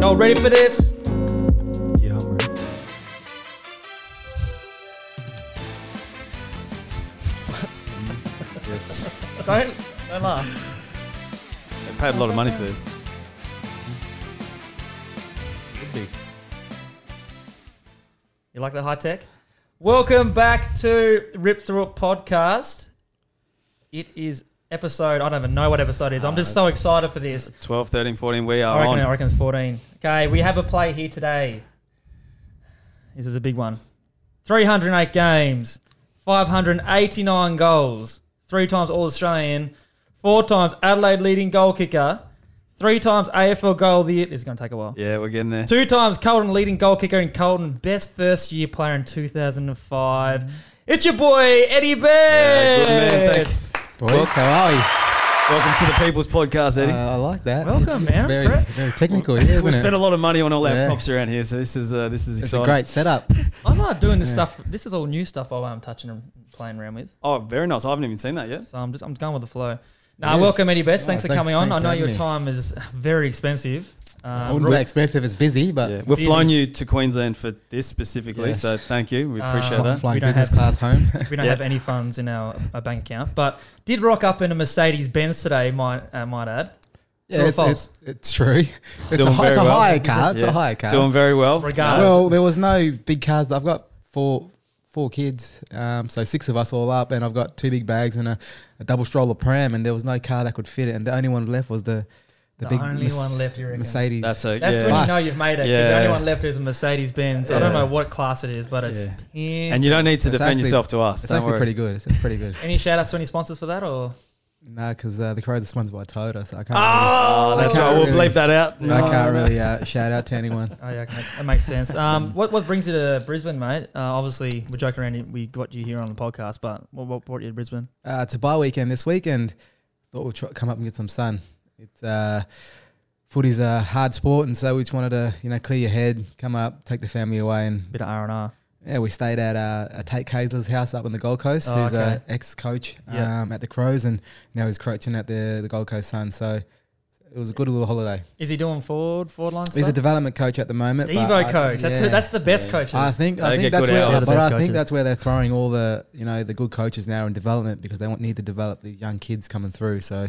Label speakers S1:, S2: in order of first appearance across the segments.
S1: Y'all ready for this?
S2: Yeah, I'm ready.
S1: Don't, don't laugh.
S2: They paid a lot of money for this.
S1: You like the high tech? Welcome back to Rip Through It podcast. It is episode, I don't even know what episode it is. I'm just so excited for this.
S2: 12, 13, 14, we
S1: I
S2: are
S1: reckon, I
S2: on.
S1: reckon it's 14. Okay, we have a play here today. This is a big one 308 games, 589 goals, three times All Australian, four times Adelaide leading goal kicker, three times AFL goal of the year. This is going to take a while.
S2: Yeah, we're getting there.
S1: Two times Colton leading goal kicker in Colton, best first year player in
S3: Mm.
S1: 2005. It's your boy, Eddie
S2: Yeah,
S1: Bear.
S2: good man, thanks.
S3: Boys,
S2: Well-
S3: how are you?
S2: Welcome to the People's Podcast, Eddie.
S3: Uh, I like that.
S1: Welcome, man.
S3: Very,
S1: Fred.
S3: very technical, yeah,
S2: we
S3: isn't
S2: spent
S3: it?
S2: a lot of money on all our
S3: Yeah.
S2: props around here, so this is uh, this is
S3: It's
S2: exciting.
S3: a great setup.
S1: I'm not doing this stuff. This is all new stuff by the way I'm touching and playing around with.
S2: Oh, very nice. I haven't even seen that yet.
S1: So I'm just I'm going with the flow. Now,
S3: Yes.
S1: welcome Eddie Best. Thanks for
S3: Oh, thanks-
S1: coming on.
S3: thanks
S1: I
S3: for
S1: know
S3: having
S1: your
S3: me.
S1: time is very expensive.
S3: I
S1: Um,
S3: wouldn't say expensive, it's busy, but
S2: Yeah, we've
S1: Really?
S2: flown you to Queensland for this specifically,
S3: Yes.
S2: so thank you. We appreciate
S1: Uh,
S3: I'm
S2: that.
S3: flying
S1: We don't
S3: business
S1: have-
S3: class home.
S1: we don't
S2: Yeah.
S1: have any funds in our, our bank account, but did rock up in a Mercedes Benz today. Might uh, might add.
S3: yeah,
S1: or
S3: it's,
S1: false?
S3: it's, it's true. It's
S2: Doing
S3: a, hi- it's a
S2: very well.
S3: hire car. It's
S2: Yeah.
S3: a hire car.
S2: Doing very well.
S1: Regardless.
S3: well, there was no big cars. I've got four four kids, um, so six of us all up, and I've got two big bags and a, a double stroller pram, and there was no car that could fit it, and the only one left was the the,
S1: The
S3: big
S1: only one left, you reckon?
S3: Mercedes.
S2: That's a
S1: That's
S2: yeah.
S1: when you
S3: Bus.
S1: know you've made it. 'cause the
S2: Yeah.
S1: only one left is a Mercedes Benz. I don't
S2: Yeah.
S1: know what class it is, but it's.
S2: Yeah.
S1: pink.
S2: and you don't need to
S3: It's
S2: defend
S3: actually-
S2: yourself to us.
S3: it's
S2: don't
S3: actually
S2: worry.
S3: pretty good. It's, it's pretty good.
S1: any shout outs to any sponsors for that or?
S3: No, because uh, the crow's are sponsored by Toyota, so I can't.
S2: Oh, that's
S3: Okay.
S2: right. We'll bleep that out.
S3: really, I
S1: no,
S3: can't
S1: no.
S3: really uh, shout out to anyone.
S1: Oh yeah, okay, that makes sense. Um, what what brings you to Brisbane, mate? Uh, obviously, we're joking around. We got you here on the podcast, but what, what brought you to Brisbane?
S3: Uh, it's a bye weekend this weekend. Thought we'd try, come up and get some sun. It's uh, footy's a hard sport, and so we just wanted to you know clear your head, come up, take the family away, and
S1: Bit of R and R.
S3: yeah, we stayed at uh, uh, Tate Kaysler's house up on the Gold Coast,
S1: Oh,
S3: who's
S1: okay.
S3: a ex-coach
S1: Yeah.
S3: um, at the Crows, and now he's coaching at the the Gold Coast Sun. So it was a good little holiday.
S1: Is he doing forward forward line
S3: He's a
S1: stuff?
S3: development coach at the moment. but
S1: Devo
S3: I-
S1: coach. That's who,
S3: yeah.
S1: that's the best
S2: Yeah.
S1: coaches.
S3: I think
S2: They
S3: I think
S2: get
S3: that's
S2: good
S3: where,
S2: hours. Yeah, the
S3: but I
S1: best coaches.
S3: think that's where they're throwing all the you know the good coaches now in development because they want, need to develop the young kids coming through. So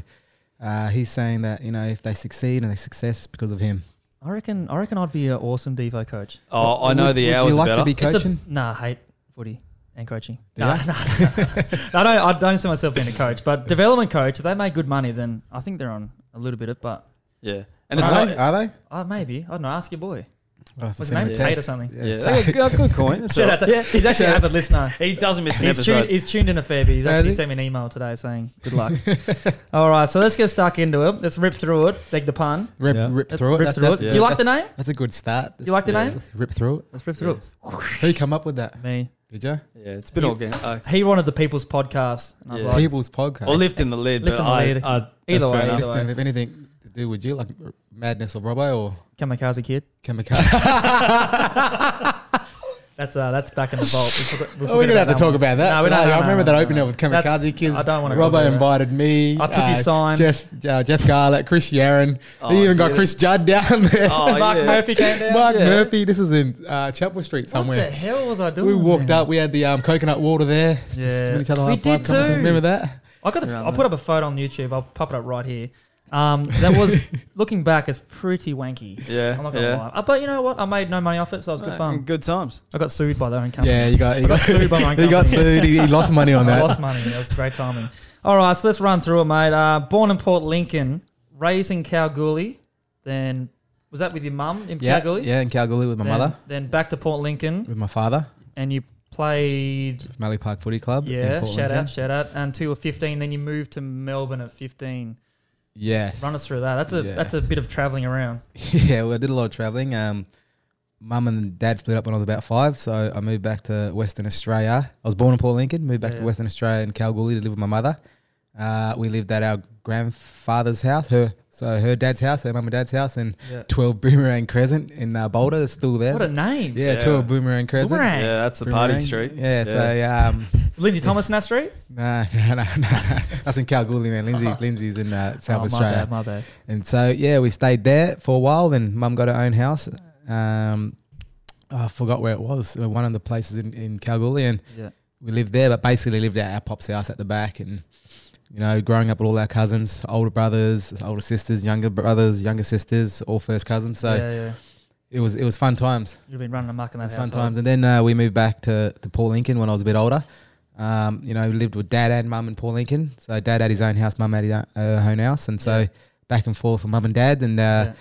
S3: uh, he's saying that you know if they succeed and they success it's because of him.
S1: I reckon. I reckon I'd be an awesome Devo coach.
S2: Oh, I know
S3: Would-
S2: the
S3: would
S2: hours
S3: you
S2: are
S3: like
S2: better.
S3: to be
S1: It's a-
S3: coaching?
S1: nah, I hate footy and coaching.
S3: Do
S1: Nah,
S3: you?
S1: nah, I don't. I don't see myself being a coach, but development coach. If they make good money, then I think they're on a little bit of. But
S2: yeah, and it's
S3: are,
S2: not.
S3: they? are they?
S1: uh, maybe I don't know. Ask your boy.
S3: I'll have
S1: What's
S3: to
S1: his
S3: send
S1: name?
S3: him a
S1: Tate,
S3: text.
S1: or something.
S2: Yeah,
S3: Yeah,
S2: okay, good, good coin. That's
S1: Shout
S2: all
S1: out to-
S2: right. yeah,
S1: He's actually an avid listener.
S2: he doesn't miss an
S1: He's tuned,
S2: episode.
S1: he's tuned in a fair bit. He's
S3: Has
S1: actually
S3: he?
S1: sent me an email today saying good luck. All right, so let's get stuck into it. Let's rip through it. Beg the pun.
S3: Rip,
S2: Yeah.
S3: rip
S1: Let's
S3: through it.
S1: rip
S3: That's-
S1: through it.
S3: that's-
S1: Do you like the
S3: that's-
S1: name?
S3: That's a good start.
S1: You like the
S2: Yeah.
S1: name?
S3: Rip through it.
S1: Let's rip through
S3: Who come up with that?
S1: it. Me.
S3: Did you?
S2: Yeah, it's been
S1: You-
S2: organic. Uh,
S1: He wanted the People's Podcast, and I was
S2: Yeah.
S1: like,
S3: People's podcast.
S2: or lifting the lid.
S1: Lift
S2: but
S1: on the
S2: I-
S1: lid.
S2: I- that's
S1: Either way,
S2: fair enough.
S1: either way.
S3: Listen, if anything to do with you, like madness or Robbo or
S1: "Kamikaze Kid."
S3: Kamikaze.
S1: That's uh, that's back in the vault. We forgot- we
S3: Oh, we're
S1: forgot
S3: gonna have to talk
S1: one.
S3: about that.
S1: No, we
S3: today.
S1: don't. no,
S3: I
S1: no,
S3: remember
S1: no,
S3: that
S1: no,
S3: opening
S1: no.
S3: of
S1: That's-
S3: Kamikaze Kids.
S1: I don't want to.
S3: Robbo invited me.
S1: I took his sign.
S3: Jeff, uh, Jeff Garlett, Chris Yaron.
S2: Oh,
S3: they even got
S2: yeah.
S3: Chris Judd down there.
S2: Oh,
S1: Mark
S2: yeah.
S1: Murphy came down.
S3: Mark
S2: yeah.
S3: Murphy. This is in uh, Chapel Street
S1: What the
S3: somewhere.
S1: hell was I doing?
S3: We walked
S1: there?
S3: up. We had the um, coconut water there. Just
S1: Yeah.
S3: giving each other a
S1: We
S3: high five
S1: did
S3: kind of thing.
S1: too.
S3: Remember that?
S1: I got. A,
S2: Around
S1: I'll put up a photo on YouTube. I'll pop it up right here. Um, that was looking back. It's pretty wanky.
S2: Yeah,
S1: I'm not gonna
S2: yeah.
S1: lie. Uh, But you know what? I made no money off it, so it was good
S2: Uh,
S1: fun.
S2: Good times.
S1: I got sued by their own company.
S3: Yeah, you got
S1: I
S3: you
S1: got
S3: got
S1: sued by my own
S3: He got
S1: company.
S3: sued. He he lost money on
S1: I
S3: that.
S1: lost money. That was great timing. All right, so let's run through it, mate. Uh, born in Port Lincoln, raised in Kalgoorlie. Then was that with your mum in
S3: yeah,
S1: Kalgoorlie?
S3: yeah, in Kalgoorlie with my
S1: Then-
S3: mother,
S1: Then back to Port Lincoln,
S3: with my father,
S1: and you played.
S3: Mallee Park Footy Club. in
S1: Yeah,
S3: Port
S1: shout
S3: Lincoln.
S1: out, shout out. Until you were 15, then you moved to Melbourne at 15.
S3: Yes.
S1: Run us through that. That's a
S3: Yeah.
S1: that's a bit of travelling around.
S3: Yeah, well, I did a lot of traveling. Um, mum and dad split up when I was about five, so I moved back to Western Australia. I was born in Port Lincoln, moved back
S1: Yeah.
S3: to Western Australia in Kalgoorlie to live with my mother. Uh, we lived at our grandfather's house, her so her dad's house, her mum and dad's house, and
S1: Yeah.
S3: twelve Boomerang Crescent in uh, Boulder. It's still there.
S1: What a name.
S3: yeah,
S2: Yeah.
S3: twelve Boomerang Crescent.
S1: Boomerang.
S2: Yeah, that's the
S3: Boomerang.
S2: party street.
S3: Yeah, so um,
S1: Lindsay Thomas in that street?
S3: no, no, no, no. That's in Kalgoorlie, man. Lindsay, Lindsay's in uh, South
S1: Oh, my
S3: Australia.
S1: bad, my bad.
S3: And so yeah, we stayed there for a while. Then mum got her own house. Um, I forgot where it was. uh, One of the places in, in Kalgoorlie, and
S1: Yeah.
S3: we lived there. But basically, lived at our pop's house at the back, and you know, growing up with all our cousins, older brothers, older sisters, younger brothers, younger sisters, all first cousins. So
S1: yeah, yeah.
S3: it was it was fun times.
S1: You've been running amok in that
S3: It was fun
S1: household.
S3: times. And then uh, we moved back to to Paul Lincoln when I was a bit older. Um, you know, we lived with dad and mum and Paul Lincoln. So dad had his own house, mum had his own, uh, her own house, and so
S1: Yeah.
S3: back and forth with mum and dad. And uh,
S1: Yeah.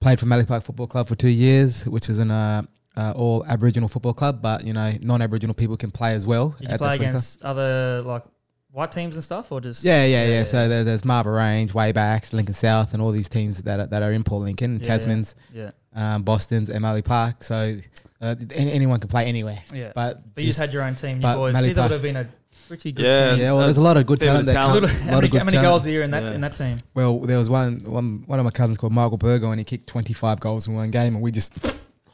S3: played for Mallee Park Football Club for two years, which is an uh, uh, all Aboriginal football club, but you know non-Aboriginal people can play as well.
S1: Did you
S3: at the
S1: play
S3: footy club.
S1: against other like white teams and stuff, or just
S3: Yeah, yeah,
S1: Yeah,
S3: yeah.
S1: yeah,
S3: So there, there's Marble Range, Waybacks, Lincoln South, and all these teams that are, that are in Port Lincoln,
S1: Yeah, yeah.
S3: Tasman's,
S1: yeah,
S3: Um, Boston's, and Mallee Park. So uh, th- any- anyone can play anywhere.
S1: yeah? But,
S3: But,
S1: you just had your own team, you
S3: but
S1: boys.
S3: Mallee
S1: Geez, that
S3: Park-
S1: would have been a pretty good
S2: Yeah.
S1: team.
S3: yeah, well, there's a lot of good
S2: Fair bit
S3: talent.
S2: of
S3: That
S1: A
S2: talent.
S3: come-
S1: little-
S3: a lot
S1: how
S3: of
S1: many,
S3: good
S1: how many
S3: talent.
S1: goals a year in that
S2: Yeah.
S1: in that team?
S3: Well, there was one, one one of my cousins called Michael Burgo, and he kicked 25 goals in one game, and we just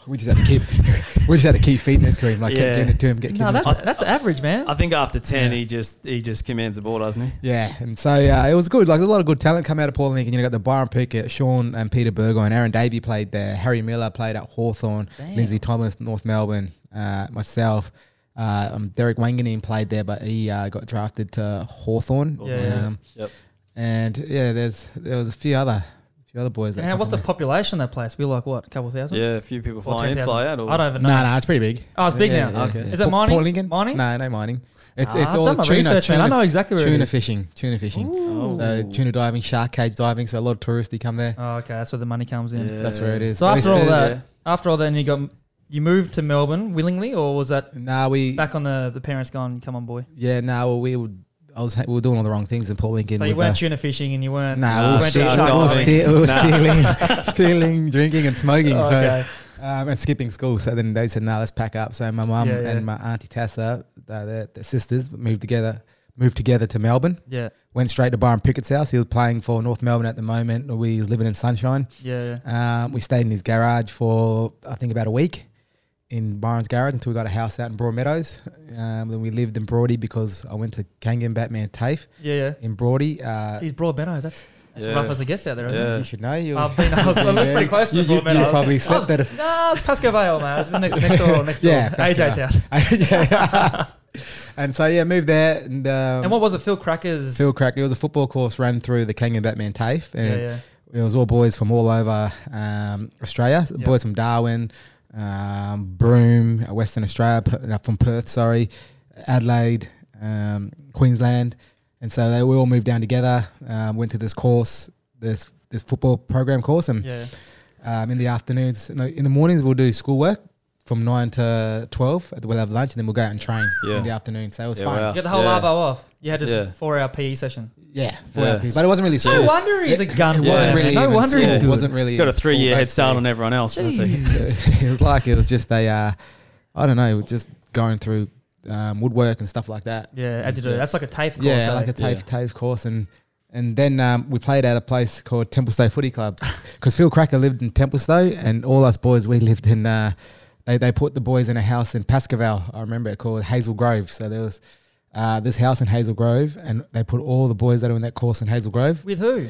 S3: we just had to keep we just had to keep feeding it to him, like
S2: Yeah.
S3: kept giving it to him, get keeping
S1: No,
S3: it to
S1: that's that's average, man.
S2: I think after ten,
S3: Yeah.
S2: he just he just commands the ball, doesn't he?
S3: Yeah, and so uh, it was good. Like a lot of good talent come out of Paul Lincoln. You know, got the Byron Pickett, Sean and Peter Burgo, and Aaron Davey played there. Harry Miller played at Hawthorn.
S1: Damn.
S3: Lindsay Thomas, North Melbourne. Uh, myself, uh, um, Derek Wanganin played there, but he uh, got drafted to Hawthorn.
S1: Yeah, yeah.
S3: Um,
S2: Yep.
S3: And yeah, there's there was a few other few other boys.
S1: And what's the population of that place? Be like what, a couple thousand?
S2: Yeah, a few people
S1: Or
S2: fly in,
S1: 10,000?
S2: fly out. Or
S1: I don't even
S3: No,
S1: know.
S3: no, it's pretty big.
S1: Oh, it's big now.
S3: Yeah, yeah,
S2: Okay.
S3: yeah.
S1: Is it
S3: Pa-
S1: mining?
S3: Paul Lincoln?
S1: Mining?
S3: No, no mining. It's
S1: Ah,
S3: it's
S1: I've
S3: all
S1: done my
S3: tuna,
S1: research, man. I
S3: tuna,
S1: know exactly where it
S3: tuna
S1: is.
S3: fishing, tuna fishing.
S1: Ooh.
S3: So tuna diving, shark cage diving. So a lot of tourists they come there.
S1: Oh, okay, that's where the money comes in.
S2: Yeah.
S3: That's where it is.
S1: So after all
S3: Oysters.
S1: that, after all, then you got you moved to Melbourne willingly, or was that
S3: Nah, we.
S1: back on the the parents gone? Come on, boy.
S3: Yeah, nah, well, we would. I was. ha- We were doing all the wrong things in Paul Lincoln.
S1: So you
S3: with
S1: weren't
S3: us.
S1: tuna fishing and you weren't.
S3: Nah,
S2: Nah,
S3: we were,
S1: shark
S3: stealing, we were,
S1: diving.
S3: ste- we were
S2: Nah.
S3: stealing, stealing, drinking, and smoking.
S1: Oh, okay.
S3: So um, and skipping school. So then they said, "Nah, let's pack up." So my mum
S1: Yeah, yeah.
S3: and my auntie Tessa, uh, their, their sisters, moved together. Moved together to Melbourne.
S1: Yeah,
S3: Went straight to Byron Pickett's house. He was playing for North Melbourne at the moment. We was living in sunshine.
S1: yeah, yeah.
S3: Um, we stayed in his garage for I think about a week in Byron's garage until we got a house out in Broadmeadows. Um, then we lived in Broady because I went to Kangan Batman TAFE
S1: Yeah, yeah.
S3: in Broady. Uh,
S1: Geez, Broad Meadows, that's, that's
S2: Yeah.
S1: rough as it gets out there, isn't
S2: Yeah.
S3: you should know. You
S1: it? I've been, I was, I was pretty close to
S3: you,
S1: the Broad
S3: you, you
S1: Meadows.
S3: probably slept
S1: I
S3: at a.
S1: was, nah, it's Pasco Vale, man. It's just next, next door, or next door.
S3: Yeah, Pasco
S1: AJ's
S3: Vale.
S1: house.
S3: Yeah. and so yeah, moved there and. Um,
S1: And what was it, Phil Cracker's?
S3: Phil Crack. It was a football course run through the Kangan Batman TAFE, and
S1: yeah, yeah.
S3: it was all boys from all over um, Australia.
S1: Yeah.
S3: Boys from Darwin, um, Broome, uh, Western Australia, P- uh, from Perth, sorry, Adelaide, um, Queensland, and so they we all moved down together. Um, went to this course, this this football program course, and
S1: Yeah,
S3: um, in the afternoons, no, in the mornings we'll do schoolwork from nine to twelve. We'll have lunch and then we'll go out and train
S2: Yeah.
S3: in the afternoon. So it was
S2: Yeah,
S3: fun.
S2: wow.
S1: you got the whole
S2: Yeah.
S1: arvo off. You had just
S2: Yeah.
S1: four hour PE session.
S3: Yeah, four
S2: Yeah.
S3: hours. but it wasn't really
S1: No
S3: school.
S1: wonder he's a gun.
S3: It wasn't really.
S1: No
S3: even
S1: wonder
S3: school.
S1: he's
S3: It
S1: good.
S3: wasn't really
S2: Got a
S3: even school
S2: three-year head
S3: based
S2: start
S3: thing.
S2: on everyone else. That's a-
S1: Jeez.
S3: it was like it was just a, uh, I don't know, it was just going through um, woodwork and stuff like that.
S1: Yeah, as you do.
S2: Yeah.
S1: That's like a TAFE course.
S3: yeah,
S1: eh?
S3: like a
S2: Yeah.
S3: TAFE TAFE course, and and then um, we played at a place called Templestowe Footy Club because Phil Cracker lived in Templestowe, and all us boys we lived in. Uh, they they put the boys in a house in Pascoval. I remember it called Hazel Grove. So there was. Uh, this house in Hazel Grove, and they put all the boys that were in that course in Hazel Grove
S1: with who?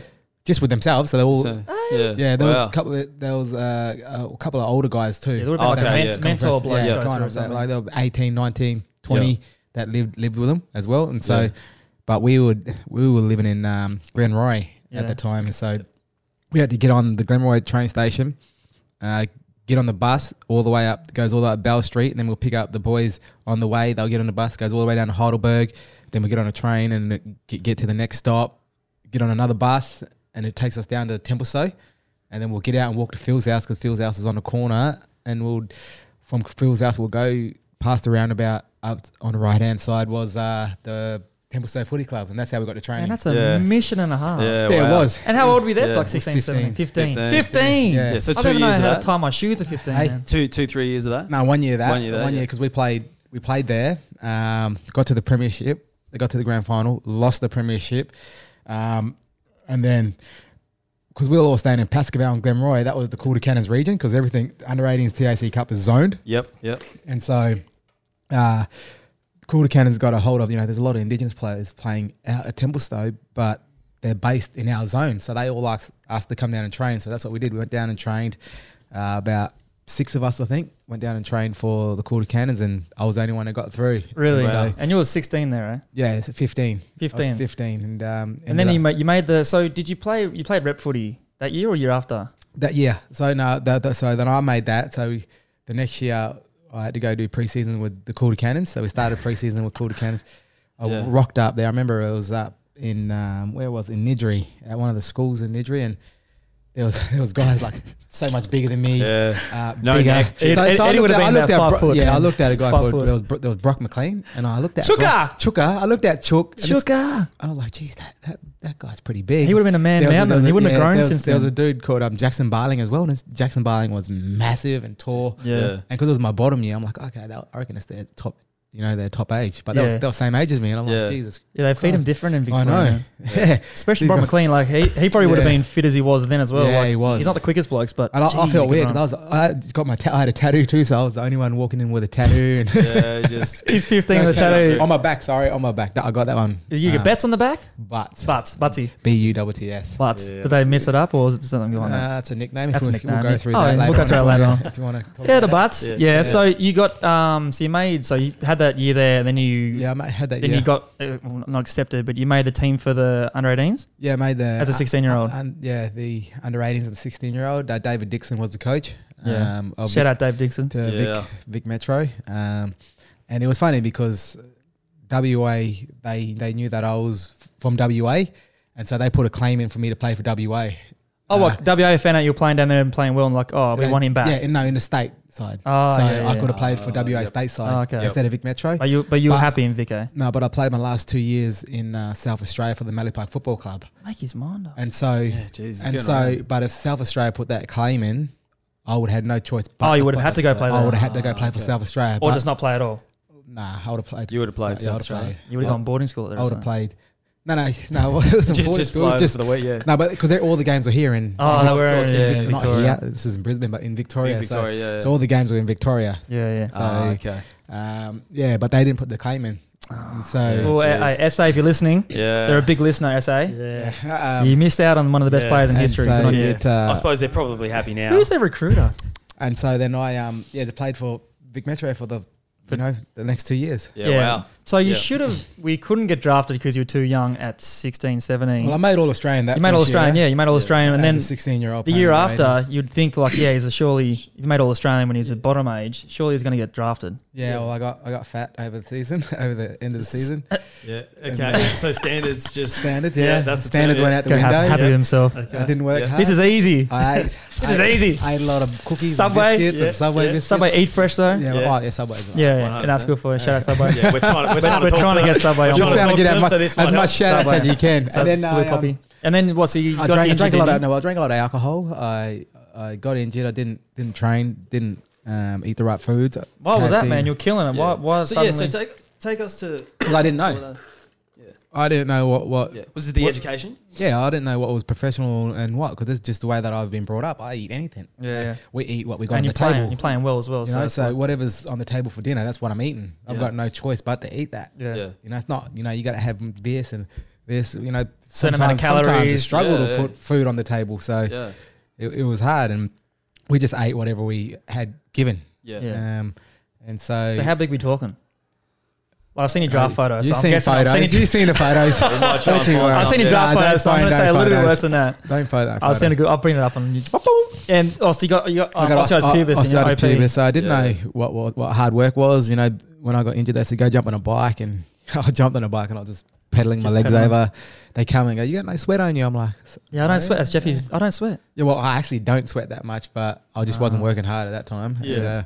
S3: just with themselves. So they all,
S2: so, yeah,
S3: yeah. There was
S2: Wow.
S3: a couple. Of, there was uh, a couple of older guys too.
S1: Yeah, there would have been
S2: Okay,
S1: like
S2: yeah.
S1: a ment- mentor
S3: Compressed-
S1: blokes
S3: yeah,
S1: going
S3: kind
S1: through
S3: of that,
S1: something.
S3: like they were 18 19 20
S2: Yeah.
S3: that lived lived with them as well and so
S2: Yeah.
S3: but we would we were living in um glenroy
S1: Yeah.
S3: at the time and so we had to get on the glenroy train station uh get on the bus all the way up goes all the way up bell street and then we'll pick up the boys on the way they'll get on the bus goes all the way down to heidelberg then we get on a train and it- get, get to the next stop get on another bus and it takes us down to Templestowe and then we'll get out and walk to Phil's house because Phil's house is on the corner and we'll from Phil's house we'll go past the roundabout up on the right hand side was uh, the Templestowe Footy Club and that's how we got to training.
S1: Man, that's a
S2: Yeah.
S1: mission and a half.
S2: yeah,
S3: yeah,
S2: wow.
S3: it was.
S1: And how old were you there?
S2: Yeah.
S1: Like 16, 17, 15. 15.
S2: 15.
S3: Yeah.
S2: Yeah, so
S1: I
S2: two
S1: don't even know
S2: years of
S1: how to
S2: that.
S1: tie my shoes at 15.
S3: Hey.
S1: man.
S2: Two, two, three years of that.
S3: No, one year that.
S2: One year that, yeah.
S3: because we played we played there. Um, got to the premiership. They got to the grand final, lost the premiership, um, and then because we were all staying in Pascoval and Glenroy, that was the Cool to Cannons region because everything under 18s TAC Cup is zoned,
S2: Yep, yep.
S3: and so. Uh, Cool to Cannons got a hold of, you know, there's a lot of Indigenous players playing out at Templestowe, but they're based in our zone. So they all asked us to come down and train. So that's what we did. We went down and trained. Uh, about six of us, I think, went down and trained for the Cool to Cannons, and I was the only one who got through.
S1: Really?
S3: So,
S1: And you were 16 there, right?
S3: yeah, it's 15. I was
S1: 15.
S3: 15. And, um,
S1: And then
S3: ended
S1: you
S3: up-
S1: made, you made the. So did you play? You played rep footy that year or year after?
S3: that year. So, no, that, that- so then I made that. So the next year, I had to go do preseason with the Cool to Cannons. So we started preseason with Cool to Cannons. I
S2: Yeah.
S3: rocked up there. I remember it was up in um, where was it? in Nidri at one of the schools in Nidri, and there was there was guys like so much bigger than me.
S2: Yeah.
S3: Uh,
S2: No
S3: bigger.
S2: neck.
S1: Ed- Ed- Eddie would've been about
S3: at
S1: five
S3: Bro-
S1: foot,
S3: yeah, I
S1: man.
S3: looked at a guy
S1: Five
S3: called
S1: foot.
S3: there was Bro- there was Brock McLean, and I looked at
S1: Chuka!
S3: Brock- Chuka. I looked at Chook. and this-
S1: Chuka.
S3: and I'm like, geez, that, that that guy's pretty big.
S1: He would have been a man
S3: There was a- there
S1: mountain.
S3: was
S1: He
S3: a-
S1: wouldn't
S3: yeah,
S1: have grown
S3: there was,
S1: since
S3: There was a
S1: then.
S3: dude called um, Jackson Barling as well, and this- Jackson Barling was massive and tall.
S1: yeah.
S2: Yeah.
S3: And because it was my bottom year, I'm like, okay, that, I reckon it's their top, you know, their top age. But they, was,
S1: Yeah.
S3: they were same age as me, and I'm
S2: Yeah.
S3: like, Jesus,
S1: Yeah, they feed him
S3: Christ.
S1: different in
S3: I
S1: Victoria.
S3: know.
S1: man.
S3: Yeah.
S1: Especially
S3: These
S1: Bob
S3: guys-
S1: McLean. Like, he, he probably would have
S3: Yeah.
S1: been fit as he was then as well.
S3: Yeah,
S1: Like,
S3: he was.
S1: He's not the quickest blokes, but.
S3: And I, I
S1: gee,
S3: felt
S1: he
S3: weird
S1: could
S3: because I
S1: run.
S3: was, I got my, ta- I had a tattoo too, so I was the only one walking in with a tattoo. And
S2: Yeah, just
S1: He's 15 with a
S2: tattoo.
S1: tattoo.
S3: on my back, sorry, on my back. That- I got that one.
S1: You get
S3: Uh,
S1: bets on the back?
S3: But
S1: Butts. Butsy.
S3: B U double T S.
S1: Butts.
S2: Yeah,
S1: Did they mess it up or is it something going on?
S3: Uh, that's a nickname.
S1: That's a
S3: if we,
S1: nickname.
S3: We'll go through
S1: Oh,
S3: that
S1: yeah,
S3: later.
S1: we'll go
S3: on
S1: through
S3: if
S1: that
S3: you
S1: later
S3: wanna-
S1: on.
S3: If you want to talk
S1: Yeah,
S3: about
S1: the
S3: that.
S1: butts. Yeah.
S2: Yeah.
S1: So you got, um, so you made, so you had that year there and then you,
S3: Yeah, I ma- had that.
S1: then
S3: yeah.
S1: you got, uh, well, not accepted, but you made the team for the under 18s
S3: Yeah, made the
S1: as a 16 year old.
S3: uh, un- yeah, the under 18s and 16 year old. Uh, David Dixon was the coach.
S1: Yeah.
S3: Um, of
S1: Shout
S3: Vic,
S1: out Dave Dixon.
S3: to
S2: Yeah.
S3: Vic, Vic Metro. Um, and it was funny because WA they they knew that I was f- from WA, and so they put a claim in for me to play for WA.
S1: Oh,
S3: Uh,
S1: what? WA found out you were playing down there and playing well and like, oh, we
S3: they-
S1: want him back.
S3: Yeah, in- no, in the state side.
S1: Oh,
S3: so
S1: yeah,
S3: I
S1: yeah.
S3: could have played for
S2: Oh,
S3: WA
S2: yep.
S3: state side
S1: Oh, okay.
S3: instead of Vic Metro.
S1: But you, but you were
S3: But-
S1: happy in eh? Vico.
S3: No, but I played my last two years in uh, South Australia for the Mallee Park Football Club,
S1: Make his mind up.
S3: and so
S2: Yeah, Jesus.
S3: And so, but if South Australia put that claim in, I would have had no choice. But
S1: Oh, you
S3: to
S1: would
S3: put
S1: have had to
S3: that-
S1: go play
S3: I would
S1: there,
S3: have had to go play for
S2: Ah, okay.
S3: South Australia,
S1: or
S3: but-
S1: just not play at all.
S3: nah. I would have played.
S2: You would have played
S3: yeah,
S2: South
S3: I would've
S2: Australia.
S3: played.
S1: You would have gone boarding school there.
S3: I
S1: or
S3: would have
S1: something.
S3: played. No, no, no. It was
S2: just,
S3: important.
S2: just
S3: school,
S2: fly
S3: just
S2: just, for the week, yeah.
S3: no, but because all the games were here in.
S1: Oh, they
S2: of
S1: were
S2: course,
S1: in
S2: yeah,
S1: Vic-
S2: yeah.
S1: Victoria.
S3: not here. This is in Brisbane, but in Victoria.
S2: In
S3: So,
S2: Victoria, yeah.
S3: so all the games were in Victoria.
S1: Yeah, yeah.
S2: Ah,
S3: so-
S2: okay.
S3: Um, yeah, but they didn't put the claim in. And so,
S1: well, uh,
S2: Yeah,
S1: hey,
S2: geez.
S1: hey, SA, if you're listening,
S2: Yeah.
S1: they're a big listener, SA.
S2: yeah.
S3: um,
S1: you missed out on one of the best
S2: Yeah.
S1: players in
S3: And
S1: history.
S3: so
S1: Good on
S3: you-
S1: you.
S2: yeah.
S3: it, uh,
S2: I suppose they're probably happy now.
S1: Who's their recruiter?
S3: and so then I um yeah they played for Vic Metro for the you know the next two years.
S2: Yeah, wow.
S1: So you
S2: Yeah.
S1: should have. We couldn't get drafted because you were too young at 16, 17.
S3: Well, I made all Australian that.
S1: you made all
S3: first year.
S1: Australian, yeah. You made all
S2: Yeah.
S1: Australian, and
S3: as
S1: then
S3: a 16 year old
S1: the year after, you'd think like, yeah, he's a surely. You made all Australian when he was at bottom age. Surely he's going to get drafted.
S3: yeah well i got i got fat over the season over the end of the season
S1: uh,
S2: Yeah. Okay. so standards just
S3: standards yeah,
S2: Yeah, that's the
S3: standards
S2: term,
S3: went
S2: yeah.
S3: out the
S1: Go
S3: window Uh,
S1: happy, happy
S2: yeah.
S1: with himself.
S2: Okay.
S3: i didn't work
S2: Yeah.
S3: hard
S1: This is easy.
S3: i ate
S1: This
S3: I
S1: is
S3: ate-
S1: easy.
S3: I ate a lot of cookies,
S1: Subway,
S3: Subway, biscuits,
S2: yeah,
S3: and Subway
S2: yeah.
S3: biscuits.
S1: Subway eat fresh though. Yeah,
S3: yeah,
S2: Yeah.
S3: well, oh yeah, Subway.
S1: yeah, and that's
S2: 100%.
S1: good for shout out Subway.
S2: Yeah, we're trying, we're trying
S1: we're
S2: to talk
S1: trying to
S2: them.
S1: get Subway
S2: We're
S1: on
S3: You're
S2: trying
S1: board.
S2: to talk
S3: trying to get
S2: to
S3: as
S2: them,
S3: much,
S2: so this
S3: as
S2: might
S3: much
S2: help.
S3: shout outs as you can.
S1: So
S3: and
S1: it's
S3: then
S1: blue
S3: I, um,
S1: poppy. And then what? So you
S3: I
S1: got
S3: drank, I
S1: injured,
S3: drank a lot
S1: didn't
S3: of um, no, I drank a lot of alcohol. I I got injured. I didn't didn't train. Didn't um, eat the right foods.
S1: you? Why was that,
S3: Caffeine.
S1: man? You're killing it. Why? Why
S2: so yeah, so
S1: suddenly?
S2: take take us to.
S3: 'Cause I didn't know.
S2: to, uh,
S3: I didn't know what what
S2: yeah. Was it the
S3: What-
S2: education?
S3: Yeah, I didn't know what was professional and what because this is just the way that I've been brought up. I eat anything.
S1: Yeah, yeah.
S3: We eat what we got
S1: and
S3: on
S1: you're
S3: the
S1: playing.
S3: table.
S1: You're playing well as well.
S3: You
S1: so
S3: know,
S1: that's
S3: so
S1: what-
S3: whatever's on the table for dinner, that's what I'm eating. I've
S2: Yeah.
S3: got no choice but to eat that.
S1: yeah.
S2: Yeah.
S3: You know, it's not. You know, you got to have this and this. You know,
S1: Certain amount of
S3: sometimes, sometimes
S1: calories.
S3: it's struggle
S2: Yeah.
S3: to put food on the table, so
S2: Yeah.
S3: it, it was hard, and we just ate whatever we had given.
S2: Yeah.
S1: Yeah.
S3: Um, and so,
S1: So how big we talking? Well, I've seen your draft photo.
S3: You've
S1: so I'm
S3: seen
S1: guessing
S3: photos.
S1: I've seen your,
S3: You've seen the photos.
S2: Might try and
S3: Don't you
S2: find
S3: worry.
S1: I've seen your
S2: something.
S1: draft
S3: Nah, don't
S1: photo, so I'm going to
S3: find those
S1: say a little bit
S3: photos.
S1: worse than that.
S3: Don't photo. that
S1: I was
S3: photo.
S1: going to. I'll bring it up on. YouTube. And also, you got you got um,
S3: I got
S1: osteoarthritis
S3: os-
S1: pubis in your
S3: osteoarthritis
S1: OP.
S3: pubis, So I didn't
S2: Yeah.
S3: know what, what what hard work was. You know, when I got injured, they said go jump on a bike, and I jumped on a bike and I was just pedaling my
S1: Just
S3: legs
S1: pedaling.
S3: over. They come and go, you got no sweat on you. I'm like, "S-
S1: Yeah, I don't sweat. That's Jeffy's. I don't sweat.
S3: yeah, well, I actually don't sweat that much, but I just
S1: Ah.
S3: wasn't working hard at that time.
S2: Yeah.
S3: And, uh,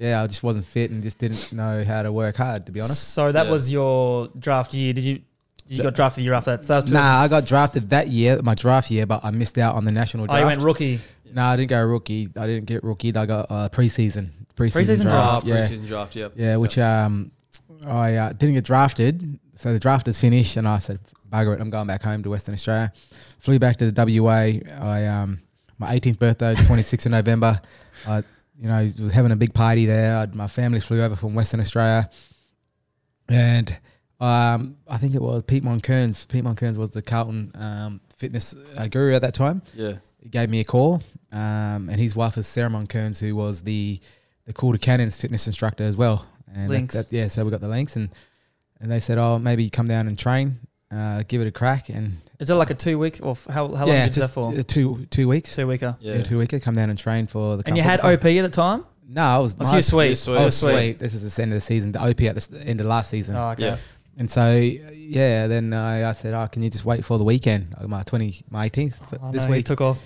S3: yeah, I just wasn't fit and just didn't know how to work hard, to be honest.
S1: So that
S2: Yeah.
S1: was your draft year. Did you? You got drafted the year after that. So that was
S3: Nah, I got drafted that year, my draft year, but I missed out on the national
S1: Oh,
S3: draft.
S1: you went rookie.
S3: no, I didn't go rookie. I didn't get rookie. I got uh, preseason. Preseason,
S1: Preseason
S3: draft.
S2: Ah,
S1: draft,
S3: Yeah.
S2: preseason draft. Yep.
S3: Yeah, which um, I uh, didn't get drafted, so the draft is finished, and I said, "Bugger it, I'm going back home to Western Australia." Flew back to the WA. I um, my 18th birthday, 26th of November. I, you know, was having a big party there. I'd, my family flew over from Western Australia, and um, I think it was Pete Monkearns. Pete Monkearns was the Carlton um, fitness uh, guru at that time.
S1: uh,
S2: Yeah.
S3: He gave me a call, um, and his wife is Sarah Monkearns, who was the the Calder Cannons fitness instructor as well. And that-
S1: Links.
S3: that- yeah, so we got the links, and and they said, oh, maybe come down and train, uh, give it a crack, and
S1: Is it like a two week or f- how, how long
S3: yeah,
S1: did you do that
S3: just
S1: for?
S3: uh, two two weeks,
S1: Two weeker.
S3: yeah.
S2: Yeah.
S3: two week, come down and train for the.
S1: And you
S3: comfort
S1: had
S3: club.
S1: OP at the time?
S3: No, I was.
S1: I see you
S3: nice.
S1: sweet. Oh,
S2: Yeah,
S3: I
S2: sweet.
S3: was
S1: sweet.
S3: Oh, sweet. This is the end of the season. The OP at the s- end of last season.
S1: Oh, okay.
S2: Yeah.
S3: And so, yeah, then I, I said, oh, can you just wait for the weekend? Uh, My 20, my 18th f-
S1: Oh,
S3: this
S1: no, you
S3: week.
S1: took off.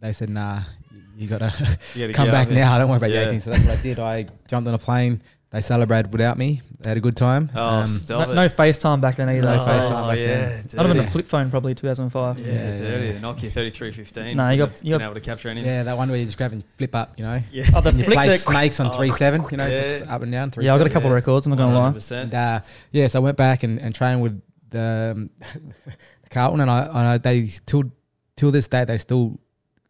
S3: they said, nah, you- you got to
S2: You gotta
S3: come
S2: get
S3: back
S2: out there.
S3: now. Don't worry about your
S2: Yeah.
S3: 18th. So that's what I did. I jumped on a plane. They celebrated without me. They had a good time.
S2: Oh,
S3: Um,
S1: No,
S2: stop it.
S1: no FaceTime back then either.
S3: No
S1: so-
S3: FaceTime.
S2: Oh,
S3: back
S2: yeah.
S3: then.
S1: Not even a
S2: dirty.
S1: flip phone, probably 2005.
S2: Yeah,
S3: Yeah.
S2: dirty. The Nokia 3315.
S1: No, you got- you
S2: Been
S1: got-
S2: able to capture anything.
S3: yeah, that one where you just grab and flip up, you know.
S2: Yeah.
S1: Oh, the
S3: And you
S1: flick
S3: play
S1: the-
S3: snakes on
S2: Oh,
S3: three seven, you know,
S2: yeah.
S3: it's up and down three.
S1: Yeah, I got a couple
S2: Yeah.
S1: records, I'm not going to lie.
S2: 100%.
S3: And, uh, yeah, so I went back and, and trained with the um, Carlton, and I, and I they till till this day they still,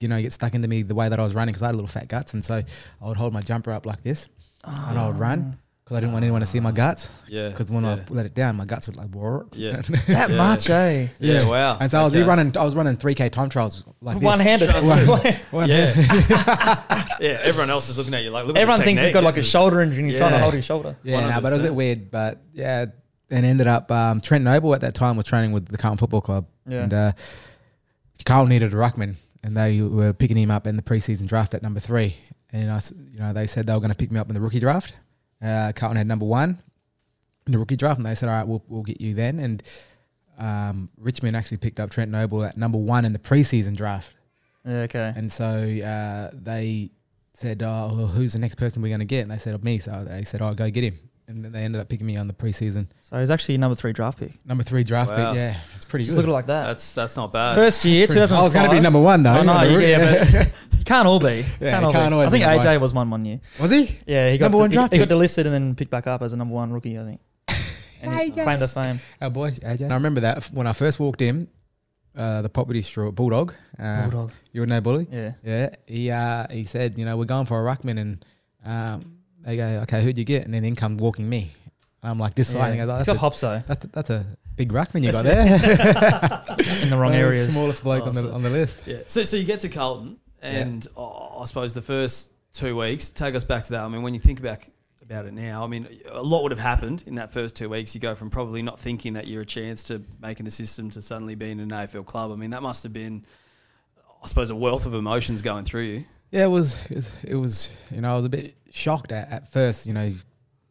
S3: you know, get stuck into me the way that I was running because I had little fat guts, and so I would hold my jumper up like this,
S1: Oh,
S3: and I would run because I didn't want anyone to see my guts
S2: Yeah.
S3: because when
S2: yeah.
S3: I let it down, my guts would like roar.
S2: Yeah.
S1: That
S2: Yeah.
S1: much, eh?
S2: Yeah,
S3: Yeah.
S2: wow.
S3: And so I was
S2: Okay.
S3: running, I was running three k time trials like
S1: One
S3: this.
S1: handed.
S3: One
S2: Yeah.
S3: hand.
S2: Yeah, everyone else is looking at you like, look at the
S1: Everyone thinks he's
S2: technique.
S1: got like a
S2: This is-
S1: shoulder injury and he's trying to
S2: Yeah.
S1: hold his shoulder.
S3: Yeah, no, but it was a bit
S2: 100%.
S3: weird. But yeah, and ended up um, Trent Noble at that time was training with the Carlton Football Club,
S1: Yeah.
S3: and uh, Carlton needed a ruckman, and they were picking him up in the preseason draft at number three. And I, s- you know, they said they were going to pick me up in the rookie draft. Uh, Carlton had number one in the rookie draft, and they said, "All right, we'll we'll get you then." And um, Richmond actually picked up Trent Noble at number one in the preseason draft.
S1: Yeah, okay.
S3: And so uh, they said, oh, well, who's the next person we're going to get? And they said, oh, me. So they said, oh, go get him. And then they ended up picking me on the preseason.
S1: So he's actually your number three draft pick.
S3: Number three draft
S2: Wow.
S3: pick. Yeah, it's pretty
S1: Just
S3: good.
S1: look at it like that.
S2: That's that's not bad.
S1: First year, 2005.
S3: I was going to be number one, though.
S1: I know,
S3: Number-
S1: yeah, You can't all be.
S3: Yeah,
S1: can't all
S3: can't
S1: be.
S3: always
S1: I think
S3: be number
S1: AJ was one one year.
S3: was he?
S1: Yeah, he got
S3: Number one
S1: he-
S3: draft
S1: he,
S3: pick.
S1: got delisted and then picked back up as a number one rookie, I think. And he
S3: Hey,
S1: claimed the
S3: yes.
S1: fame.
S3: Our boy, AJ. And I remember that f- when I first walked in, uh, the property store, Bulldog. Uh,
S1: Bulldog.
S3: You were no bully.
S1: Yeah.
S3: Yeah. He, uh, he said, you know, we're going for a ruckman. And um, they go, okay, who'd you get? And then in comes walking me. And I'm like, this side.
S1: yeah.
S3: And he goes, oh,
S1: he's got
S3: that's, a,
S1: hops though
S3: that's, a, that's a big ruckman you got there.
S1: in the wrong
S3: Uh,
S1: areas.
S3: Smallest bloke on the on the list.
S2: Yeah. So, so you get to Carlton, and oh, I suppose the first two weeks. Take us back to that. I mean, when you think about about it now, I mean, a lot would have happened in that first two weeks. You go from probably not thinking that you're a chance to making the system to suddenly being an AFL club. I mean, that must have been, I suppose, a wealth of emotions going through you.
S3: Yeah, it was, it was. It was. You know, I was a bit shocked at, at first. You know,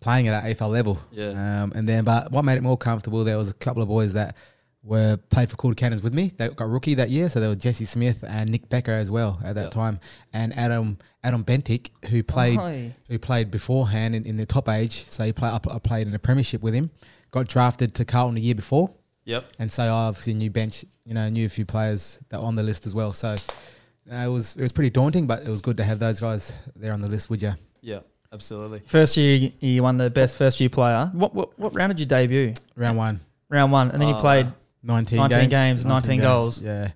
S3: playing at AFL level.
S2: Yeah.
S3: Um, and then, but what made it more comfortable? There was a couple of boys that were played for Calder Cannons with me. They got rookie that year, so there was Jesse Smith and Nick Becker as well at that
S2: Yeah.
S3: time, and Adam Adam Bentic who played
S1: Aye.
S3: who played beforehand in, in the top age. So he play, I, I played in the premiership with him. Got drafted to Carlton the year before.
S2: Yep.
S3: and so I obviously knew bench, you know, knew a few players that were on the list as well. So uh, it was it was pretty daunting, but it was good to have those guys there on the list. Would you?
S2: Yeah. Absolutely.
S1: First year, you won the best first year player. What what, what round did you debut?
S3: Round one,
S1: Round one, and then you
S2: Uh,
S1: played.
S3: 19,
S1: 19
S3: games,
S1: games, 19 goals.
S3: Yeah,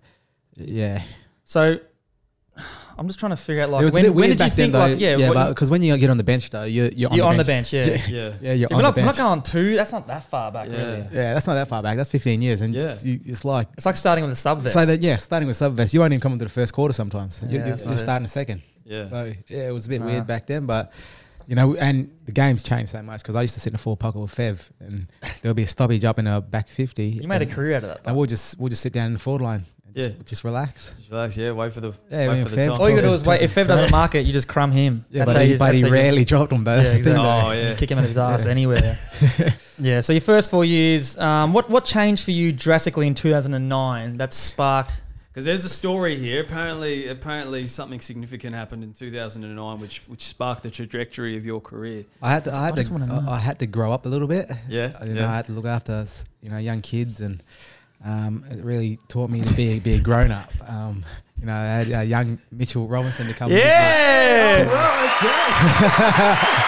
S3: yeah.
S1: So, I'm just trying to figure out
S3: it
S1: like
S3: was a
S1: when,
S3: bit
S1: when
S3: weird
S1: did you
S3: back then,
S1: think
S3: though.
S1: like yeah,
S3: yeah,
S1: what-
S3: because when you get on the bench though, you're you're,
S1: you're on the
S3: bench.
S1: bench, yeah. yeah.
S2: Yeah.
S3: Yeah, you're
S1: we're,
S3: on
S1: not,
S3: the
S1: we're not
S3: bench.
S1: going too. That's not that far back, really.
S2: Yeah.
S3: yeah, that's not that far back. That's 15 years, and
S2: Yeah.
S3: it's- you, it's like
S1: It's like starting with a sub vest.
S3: so that yeah, starting with sub vest, you won't even come into the first quarter sometimes.
S1: Yeah,
S3: you're,
S1: that's
S3: you're, you're
S1: right.
S3: starting second.
S2: Yeah.
S3: So yeah, it was a bit
S1: Nah.
S3: weird back then, but you know, and the game's changed so much because I used to sit in a four pucker with Fev, and there'll be a stoppage up in a back fifty.
S1: you made a
S3: and,
S1: career out of that.
S3: and we'll just we'll just sit down in the forward line. And
S2: Yeah.
S3: just, just relax.
S2: Just relax. Yeah. Wait for the.
S3: Yeah,
S2: wait
S3: when
S2: for the
S3: Fab
S2: time.
S1: All you gotta do
S3: talking-
S1: is wait. If Fev doesn't mark it, you just crumb him. That's
S3: Yeah, but
S1: how
S3: he,
S1: you-
S3: but
S1: that's
S3: he
S1: how you-
S3: rarely dropped them though. That's
S1: Yeah,
S3: the thing,
S1: exactly.
S3: though.
S2: Oh yeah.
S1: kick him out of his ass anywhere. yeah. So your first four years, um, what what changed for you drastically in 2009 that sparked?
S2: Because there's a story here. Apparently, apparently something significant happened in 2009, which which sparked the trajectory of your career.
S3: I had to, I had
S1: just wanna
S3: to,
S1: know.
S3: I- I had to grow up a little bit.
S2: Yeah,
S3: you know,
S2: yeah.
S3: I had to look after you know young kids, and um, it really taught me to be be a grown up. Um, you know, I had uh, young Mitchell Robinson to come. with me.
S1: Yeah.
S2: Well, okay.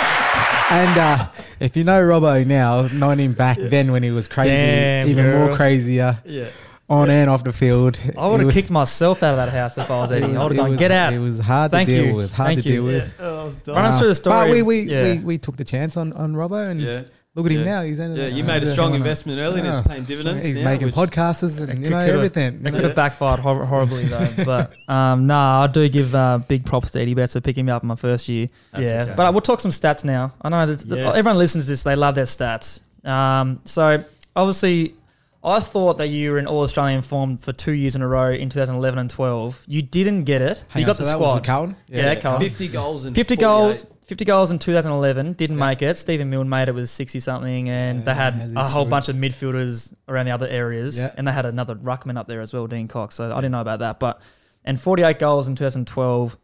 S3: And uh, if you know Robbo now, knowing him back then when he was crazy,
S1: Damn,
S3: even more
S1: girl.
S3: crazier
S2: Yeah.
S3: on and off the field.
S1: I would
S3: It
S1: have
S3: was-
S1: kicked myself out of that house if I was
S3: it
S1: Eddie.
S3: was-
S1: I would
S3: it
S1: have gone,
S3: was-
S1: get out.
S3: It was hard
S1: Thank
S3: to deal
S1: you.
S3: with. Hard
S1: Thank
S3: to
S1: you.
S3: deal with.
S2: Oh, I was
S1: Run
S2: done.
S1: us through the
S3: But
S1: story.
S3: we, we,
S1: Yeah.
S3: we, we took the chance on, on Robbo and
S2: Yeah.
S3: look at him
S2: Yeah.
S3: now. He's ended
S2: Yeah,
S3: up-
S2: you made a
S3: Yeah.
S2: strong
S3: Yeah.
S2: investment early and it's
S3: Yeah.
S2: paying dividends.
S3: He's
S2: now,
S3: making
S2: which-
S3: podcasts
S1: It
S3: and
S1: could-
S3: you know
S1: could've-
S3: everything.
S1: It could
S2: Yeah.
S1: have backfired hor- horribly though. But um, nah, I do give uh, big props to Eddie Betts for picking me up in my first year.
S2: That's
S1: yeah,
S2: exactly-
S1: but uh, we'll talk some stats now. I know that
S2: Yes.
S1: everyone listens to this; they love their stats. Um, so obviously, I thought that you were in All Australian form for two years in a row in 2011 and 12. You didn't get it.
S3: Hang
S1: you
S3: on,
S1: got
S3: so
S1: the
S3: that was
S1: squad.
S3: with Carlton?
S1: Yeah, Carl.
S2: 50 goals and
S1: 50
S2: 48.
S1: goals, 50 goals in 2011. Didn't
S3: Yeah.
S1: make it. Stephen Milne made it with 60 something, and
S3: Yeah,
S1: they
S3: yeah,
S1: had a
S3: this
S1: whole
S3: was-
S1: bunch of midfielders around the other areas,
S3: Yeah.
S1: and they had another ruckman up there as well, Dean Cox. So I didn't know about that, but and 48 goals in 2012,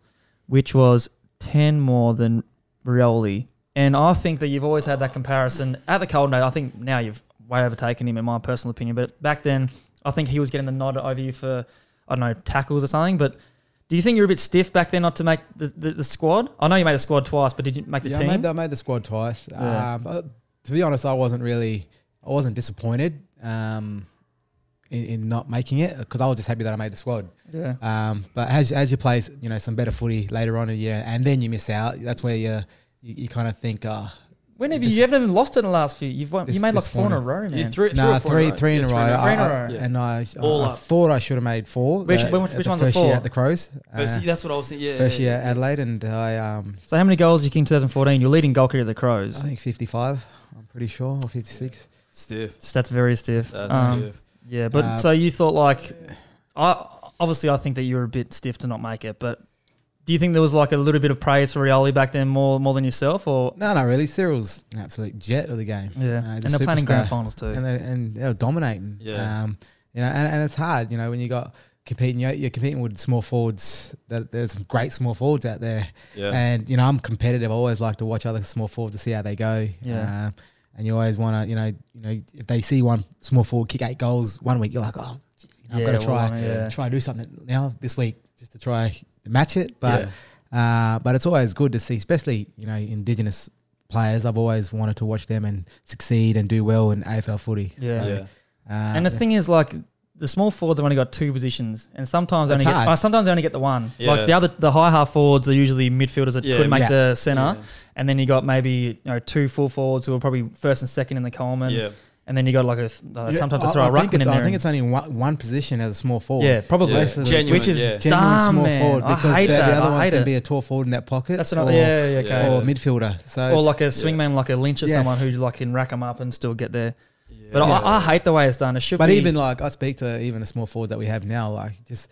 S1: which was 10 more than Rioli. And I think that you've always had that comparison at the cold note. I think now you've way overtaken him, in my personal opinion. But back then, I think he was getting the nod over you for I don't know tackles or something, but. Do you think you were a bit stiff back then not to make the, the, the squad? I know you made a squad twice, but did you make the
S3: Yeah, I
S1: team?
S3: made, the, I made the squad twice.
S1: Yeah.
S3: Um, but to be honest, I wasn't really, I wasn't disappointed um, in, in not making it because I was just happy that I made the squad.
S1: yeah.
S3: Um, but as as you play, you know, some better footy later on in the year, and then you miss out. That's where you you, you kind of think, oh,
S1: When have you,
S3: Dis-
S1: you haven't even lost it in the last few? You've won, you
S3: Dis-
S1: made like four in a row,
S2: You
S1: man.
S2: threw it
S3: no, nah,
S2: three,
S3: three
S2: or four
S3: three in a
S2: Yeah,
S3: row,
S1: row. Three in a
S3: I- I-
S1: row.
S2: Yeah.
S3: and I
S2: All
S3: I, I
S2: up.
S3: thought I should have made four.
S1: Which-
S3: uh,
S1: which-
S3: at
S1: which
S3: the
S1: one's the
S3: first year
S1: four?
S3: at the Crows? Uh,
S2: First, that's what I was thinking. Yeah,
S3: first
S2: yeah,
S3: year at
S2: yeah.
S3: Adelaide, and I um,
S1: So how many goals did you kick in 2014? You're leading goal kicker of the
S3: I
S1: Crows.
S3: think fifty five. I'm pretty sure, or fifty six.
S2: Stiff.
S1: So that's very stiff.
S2: That's
S1: Um,
S2: stiff.
S1: Yeah, but
S3: Uh,
S1: so you thought like, I obviously I think that you were a bit stiff to not make it, but do you think there was like a little bit of praise for Rioli back then more more than yourself or
S3: No, not really. Cyril's an absolute jet of the game.
S1: yeah?
S3: Uh,
S1: and
S3: he's a
S1: they're playing in grand
S3: superstar.
S1: finals too.
S3: and they and they were dominating.
S2: Yeah.
S3: Um, you know, and, and it's hard. You know, when you got competing, you're, you're competing with small forwards. That there's some great small forwards out there,
S2: Yeah.
S3: and you know, I'm competitive. I always like to watch other small forwards to see how they go.
S1: Yeah.
S3: Um, and you always want to, you know, you know, if they see one small forward kick eight goals one week, you're like, oh, you know, I've got
S1: well,
S3: to try,
S1: I mean, yeah.
S3: try and do something now this week just to try to match it. But
S2: yeah.
S3: uh, but it's always good to see, especially you know, Indigenous players. I've always wanted to watch them and succeed and do well in AFL footy.
S1: Yeah.
S2: yeah.
S3: Uh,
S1: And the thing is, like the small forwards have only got two positions, and sometimes they
S3: That's
S1: only get,
S3: hard.
S1: uh, sometimes they only get the one.
S2: Yeah.
S1: Like the other, the high half forwards are usually midfielders that
S2: Yeah,
S1: could make
S3: yeah.
S1: the center,
S2: Yeah.
S1: and then uh, you got maybe you know two full forwards who are probably first and second in the Coleman,
S2: Yeah.
S1: and then you got like a th- uh,
S3: Yeah,
S1: sometimes
S3: I,
S1: they throw
S3: I
S1: a
S3: think
S1: ruckman in
S3: it's,
S1: there.
S3: I think
S1: and-
S3: it's only one, one position as a small forward.
S1: yeah, probably.
S2: Yeah.
S3: Most of the-
S2: Genuine,
S1: Which is
S2: yeah.
S3: Genuine small
S1: Dumb, man.
S3: forward
S1: I
S3: because
S1: hate
S3: the,
S1: that.
S3: the
S1: I
S3: other one's
S1: hate
S3: going
S1: it.
S3: to be a tall forward in that pocket
S1: That's
S3: or,
S1: another. Yeah, yeah,
S2: Yeah.
S1: okay.
S3: or midfielder. So
S1: Or
S3: it's-
S1: like a swingman, like a Lynch or
S3: Yeah.
S1: someone who like can rack them up and still get there.
S2: yeah.
S1: But I, I hate the way it's done. It should
S3: but
S1: be
S3: even like I speak to even the small forwards that we have now, like just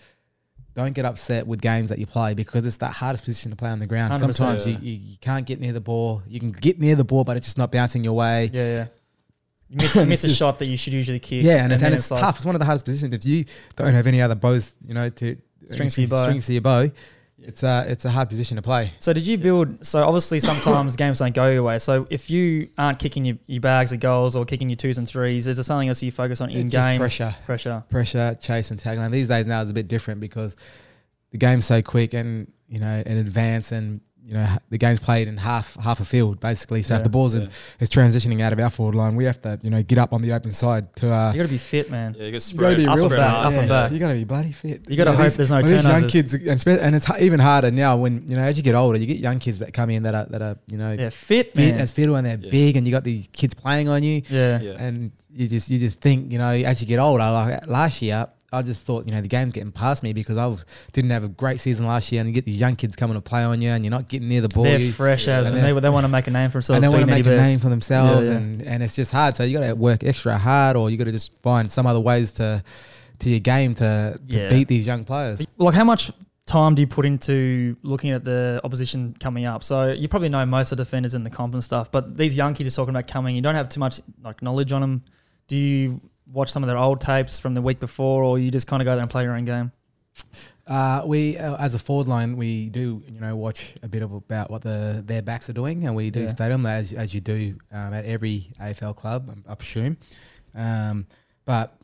S3: don't get upset with games that you play because it's the hardest position to play on the ground.
S1: 100%.
S3: Sometimes you,
S2: Yeah.
S3: you, you can't get near the ball. You can get near the ball, but it's just not bouncing your way.
S1: yeah, yeah. You miss, you miss a shot that you should usually kick.
S3: Yeah, and, it's, and
S1: then
S3: it's,
S1: like-
S3: tough. It's one of the hardest positions. If you don't have any other bows, you know, to
S1: Strings to your bow.
S3: strings to your bow, it's a it's a hard position to play.
S1: So did you build? So obviously sometimes games don't go your way. So if you aren't kicking your, your bags of goals or kicking your twos and threes, is there something else you focus on in
S3: It's just
S1: game?
S3: pressure,
S1: Pressure.
S3: pressure, chase, and tagline. These days now it's a bit different because the game's so quick and you know in advance and you know ha- the game's played in half half a field basically. So
S1: Yeah.
S3: if the ball's
S2: Yeah.
S3: in, is transitioning out of our forward line, we have to you know get up on the open side to. Uh,
S1: You got to be fit, man.
S2: Yeah, you got
S3: you gotta
S2: spread,
S3: be
S1: up
S3: real
S1: and
S3: fit.
S2: spread
S1: back,
S2: hard.
S1: up and
S3: Yeah.
S1: back.
S3: You gotta be bloody fit.
S1: You gotta
S3: know,
S1: hope
S3: these-
S1: there's no
S3: these young
S1: turnovers.
S3: kids, and, spe- and it's h- even harder now when you know as you get older, you get young kids that come in that are that are you know
S1: Yeah, fit,
S3: fit
S1: man.
S3: as fiddle and they're
S2: Yeah.
S3: big, and you got the kids playing on you,
S1: yeah.
S2: Yeah.
S3: and you just you just think you know as you get older. Like last year, I just thought you know the game's getting past me because I was- didn't have a great season last year, and you get these young kids coming to play on you, and you're not getting near the ball.
S1: They're
S3: you-
S1: fresh
S2: Yeah.
S1: as, and
S3: And
S1: they,
S3: they're-
S1: they want to make a name for themselves.
S3: and they want
S1: being
S3: to make
S1: Eddie
S3: a
S1: Betts.
S3: name for themselves,
S1: Yeah, yeah.
S3: and and it's just hard. So you got to work extra hard, or you got to just find some other ways to to your game to, to
S1: Yeah.
S3: beat these young players.
S1: Like, how much time do you put into looking at the opposition coming up? So you probably know most of the defenders in the comp and stuff, but these young kids are talking about coming. You don't have too much like knowledge on them. Do you watch some of their old tapes from the week before, or you just kind of go there and play your own game?
S3: Uh, we, uh, as a forward line, we do you know watch a bit of about what the their backs are doing, and we do
S1: Yeah.
S3: state them as as you do um, at every AFL club, um, I presume. Um, but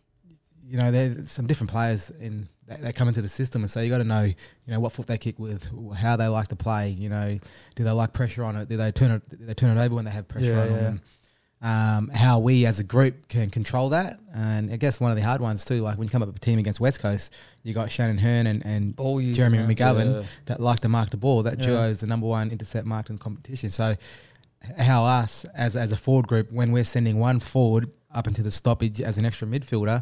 S3: you know, there's some different players in they, they come into the system, and so you got to know, you know, what foot they kick with, how they like to play. You know, do they like pressure on it? Do they turn it? Do they turn it over when they have pressure
S1: Yeah,
S3: on
S1: yeah.
S3: them? Um, how we as a group can control that, and I guess one of the hard ones too, like when you come up with a team against West Coast, you got Shannon Hearn and, and
S1: Ball users,
S3: Jeremy
S1: man.
S3: McGovern
S2: Yeah.
S3: that like to mark the ball. That
S1: Yeah.
S3: duo is the number one intercept mark in competition. So, h- how us as as a forward group, when we're sending one forward up into the stoppage as an extra midfielder,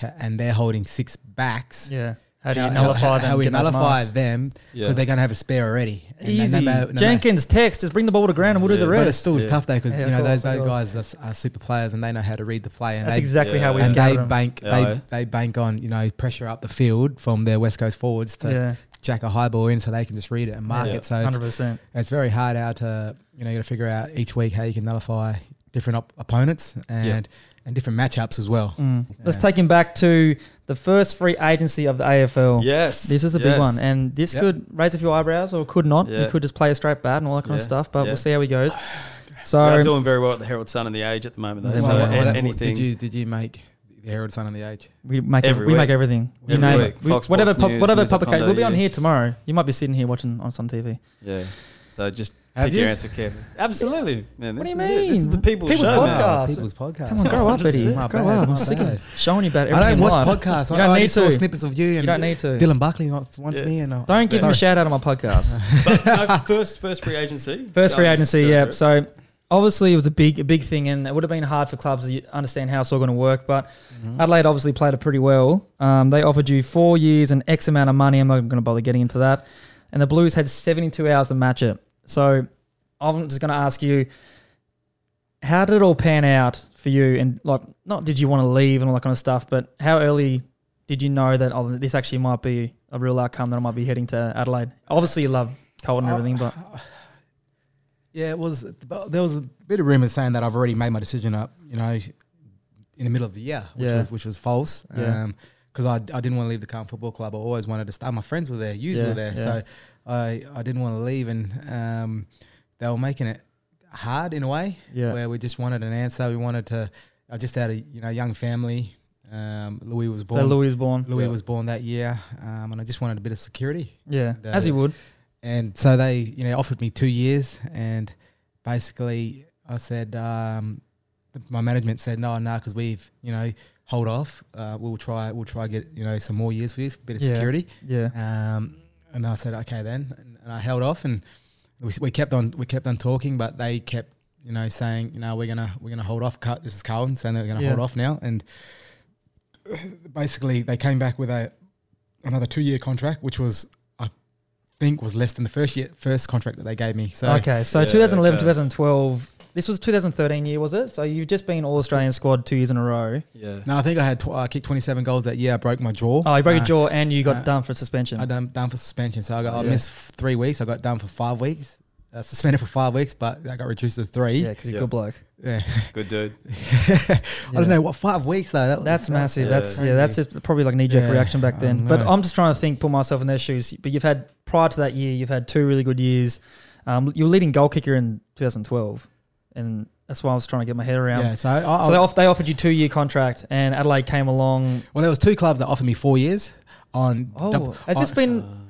S3: h- and they're holding six backs.
S1: Yeah. How do you
S3: how-
S1: nullify
S3: how,
S1: them?
S3: How we
S1: getting those
S3: nullify
S1: marks?
S3: them because
S2: Yeah.
S3: they're going to have a spare already. And they- no
S1: Easy.
S3: matter- no matter-
S1: Jenkins, text. Just bring the ball to ground and we'll do the
S2: Yeah.
S3: But it's
S1: rest.
S3: still
S2: Yeah.
S3: tough though because
S1: Yeah,
S3: you know
S1: of course,
S3: those those
S1: of course.
S3: guys are, s- are super players and they know how to read the play and
S1: That's
S3: they
S1: exactly how we
S2: Yeah.
S3: and they
S1: scouted them.
S3: bank
S2: Yeah,
S3: they,
S2: eh?
S3: they bank on you know pressure up the field from their West Coast forwards to
S1: Yeah,
S3: jack a high ball in so they can just read it and mark
S2: Yeah.
S3: it. So it's,
S1: hundred percent.
S3: it's very hard how to you know you got to figure out each week how you can nullify different op- opponents and and different matchups as well.
S1: Mm. Let's
S3: Yeah.
S1: take him back to the first free agency of the AFL.
S2: Yes.
S1: This is a big
S2: yes.
S1: one, and this
S3: Yep.
S1: could raise a few eyebrows, or could not.
S2: Yeah.
S1: You could just play a straight bat and all that kind of
S2: Yeah.
S1: stuff. But
S2: Yeah.
S1: we'll see how he goes.
S2: They are
S1: So
S2: doing very well at the Herald Sun and the Age at the moment, though.
S1: Well,
S2: so
S1: what- what-
S2: an-
S1: what-
S2: anything.
S3: Did you did you make the Herald Sun on the Age?
S1: we make
S2: Every
S1: every we
S2: week.
S1: make everything. You
S2: Every
S1: name
S2: week.
S1: it. We-
S2: Fox
S1: whatever
S2: Sports
S1: pub-
S2: News,
S1: whatever
S2: News Up
S1: publication.
S2: Under,
S1: We'll be on
S2: yeah.
S1: here tomorrow. You might be sitting here watching on some TV.
S2: Yeah. So just
S3: Have
S2: pick your
S3: yous?
S2: answer carefully. Absolutely. Man,
S1: What
S2: this
S1: do you
S2: is it. This is
S1: mean?
S2: the people's,
S1: People's
S2: show now.
S1: podcast.
S3: People's podcast.
S1: Come on, grow up,
S2: That's
S1: Eddie. Grow
S2: it.
S3: My
S1: up.
S3: bad, my
S1: I'm sick
S3: bad.
S1: of showing you about
S3: I
S1: everything.
S3: don't
S1: in life.
S3: watch podcasts.
S1: You
S3: I,
S1: don't
S3: I
S1: need
S3: just saw
S1: to.
S3: snippets of you
S1: You
S3: and
S1: don't need to.
S3: Dylan Buckley wants wants
S2: Yeah.
S3: me and I-
S1: Don't give him
S3: Sorry.
S1: a shout out on my podcast.
S2: But no, first, first free agency.
S1: First free
S2: Go
S1: agency,
S2: for
S1: yeah.
S2: it.
S1: So obviously it was a big, a big thing, and it would have been hard for clubs to understand how it's all going to work. But
S2: Mm-hmm.
S1: Adelaide obviously played it pretty well. Um, they offered you four years and X amount of money. I'm not going to bother getting into that. And the Blues had 72 hours to match it. So I'm just going to ask you, how did it all pan out for you? And like, not did you want to leave and all that kind of stuff, but how early did you know that oh, this actually might be a real outcome that I might be heading to Adelaide? Obviously, you love Colton
S2: Uh,
S1: and everything, but
S3: Yeah, it was. but There was a bit of rumors saying that I've already made my decision up. You know, in the middle of the year, which
S1: Yeah.
S3: was which was false.
S1: Yeah.
S3: because I, I didn't want to leave the Carlton Football Club. I always wanted to stay. My friends were there, yous
S1: Yeah,
S3: were there,
S1: yeah.
S3: so I I didn't want to leave, and um, they were making it hard in a way
S1: Yeah.
S3: where we just wanted an answer. We wanted to. I just had a you know young family. Um, Louis was born.
S1: so Louis was born.
S3: Louis
S2: Yeah.
S3: was born that year, um, and I just wanted a bit of security.
S1: Yeah,
S3: Yeah.
S1: as he would.
S3: and so they you know offered me two years and basically i said um, th- my management said no no because we've you know hold off uh, we'll try we'll try get you know some more years for you a bit of
S1: Yeah.
S3: security
S1: Yeah,
S3: um, and i said okay then and, and i held off and we, s- we kept on we kept on talking but they kept you know saying you know we're gonna we're gonna hold off Car- this is carlton saying that we're gonna
S1: Yeah.
S3: hold off now and basically they came back with a another two year contract which was i think was less than the first year first contract that they gave me so
S1: okay, so
S2: Yeah,
S1: 2011,
S2: okay.
S1: 2012. This was 2013 year, was it? So you've just been All Australian squad two years in a row.
S2: Yeah.
S3: no i think i had tw- i kicked 27 goals that year i broke my jaw
S1: Oh, you broke
S3: Uh,
S1: your jaw and you got
S3: uh,
S1: done for suspension.
S3: I done down for suspension. So I got I
S1: Yeah.
S3: missed f- three weeks. I got down for five weeks. Uh, suspended for five weeks, but I got reduced to three.
S1: yeah,
S3: Yeah.
S1: because you're a
S2: Yeah.
S1: good bloke.
S2: Good dude.
S3: I don't know what five weeks though. That was,
S1: That's
S3: that-
S1: massive.
S2: yeah.
S1: That's yeah. That's just probably like knee jerk
S3: Yeah,
S1: reaction back
S3: I
S1: then.
S3: know.
S1: But I'm just trying to think, put myself in their shoes. But you've had prior to that year, you've had two really good years. Um, you were leading goal kicker in 2012, and that's why I was trying to get my head around.
S3: Yeah. So, I, I,
S1: So they, off, they offered you two year contract, and Adelaide came along.
S3: well, there was two clubs that offered me four years on.
S1: Oh,
S3: double-
S1: has this
S3: on-
S2: Uh,
S1: been?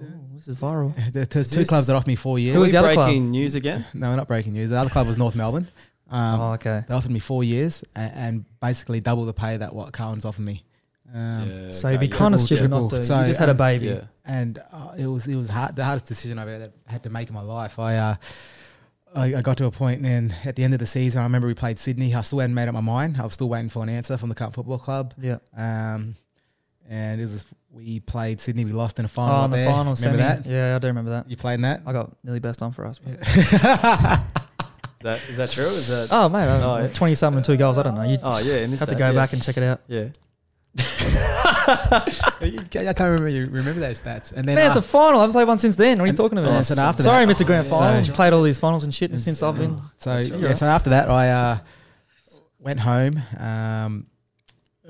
S1: Oh, this is viral.
S3: there- there's two
S2: this-
S3: clubs that offered me four
S2: Are
S1: Who
S3: years.
S1: was
S2: we
S1: the other
S2: breaking
S1: club?
S2: news again?
S3: No, we're not breaking news. The other club was North Melbourne. Um,
S1: Oh, okay.
S3: They offered me four years and, and basically double the pay that what Carlton's offered me. Um,
S2: yeah,
S1: So you'd be
S2: uh, yeah.
S1: kind of
S3: Triple,
S1: stupid
S3: triple.
S1: not to.
S3: So,
S1: you just had a
S3: um,
S1: baby.
S2: Yeah.
S3: and uh, it was it was hard, the hardest decision I've ever had to make in my life. I, uh, I I got to a point, and at the end of the season, I remember we played Sydney. I still hadn't made up my mind. I was still waiting for an answer from the Cup Football Club.
S1: Yeah.
S3: Um, and it was we played Sydney. We lost in a final.
S1: Oh,
S3: up
S1: in the
S3: there.
S1: final semi.
S3: Remember that?
S1: Yeah, I do remember that.
S3: You played in that?
S1: I got nearly best on for us. but-
S2: Is that, is that true? Is that?
S1: Oh, mate, I
S2: Oh, yeah.
S1: 20 something and two goals. I don't know. You
S2: Oh, yeah. I missed
S1: have to
S2: that,
S1: go
S2: yeah.
S1: back and check it out.
S2: Yeah.
S3: I can't remember. You remember those stats? And then
S1: Man,
S3: uh,
S1: it's a final. I haven't played one since then. What are you
S3: and- oh,
S1: talking about?
S3: and then after
S1: Sorry,
S3: that-
S1: Mr. Grand
S3: So-
S1: Finals. You played all these finals and shit
S3: It's-
S1: since I've been.
S3: So
S2: That's right.
S3: yeah, so after that, I uh, went home. Um,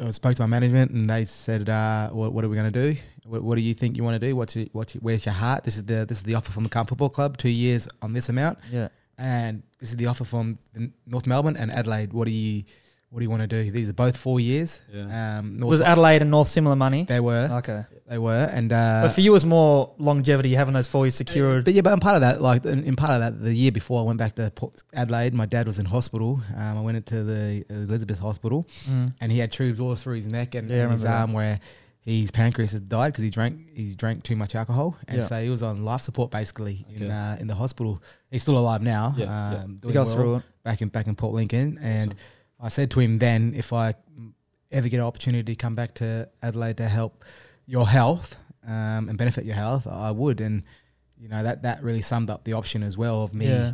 S3: I spoke to my management, and they said, uh, what, "What are we going to do? What, what do you think you want to do? What's your, what's your, where's your heart? This is the this is the offer from the Carlton Football Club. Two years on this amount,
S1: Yeah.
S3: and this is the offer from the North Melbourne and Adelaide. What do you what do you want to do? These are both four years.
S2: Yeah.
S3: Um, North
S1: Was Adelaide and North similar money?
S3: they were.
S1: Okay.
S3: They were. And uh,
S1: but for you, it was more longevity, having those four years secured.
S3: But yeah, but I'm part of that. Like in, in part of that, the year before I went back to Port Adelaide, my dad was in hospital. Um, I went into the Elizabeth Hospital,
S1: Mm.
S3: and he had tubes all through his neck and,
S1: Yeah, I
S3: and his
S1: remember that.
S3: arm where his pancreas had died because he drank he drank too much alcohol, and
S1: Yeah.
S3: so he was on life support basically in
S2: Okay.
S3: uh, in the hospital. He's still alive now.
S2: Yeah, yeah.
S3: um,
S1: You
S3: doing
S1: go
S3: well
S1: through it.
S3: back in back in Port Lincoln, and
S2: Awesome.
S3: I said to him then, if I ever get an opportunity to come back to Adelaide to help your health um, and benefit your health, I would. And you know that that really summed up the option as well of me
S1: Yeah.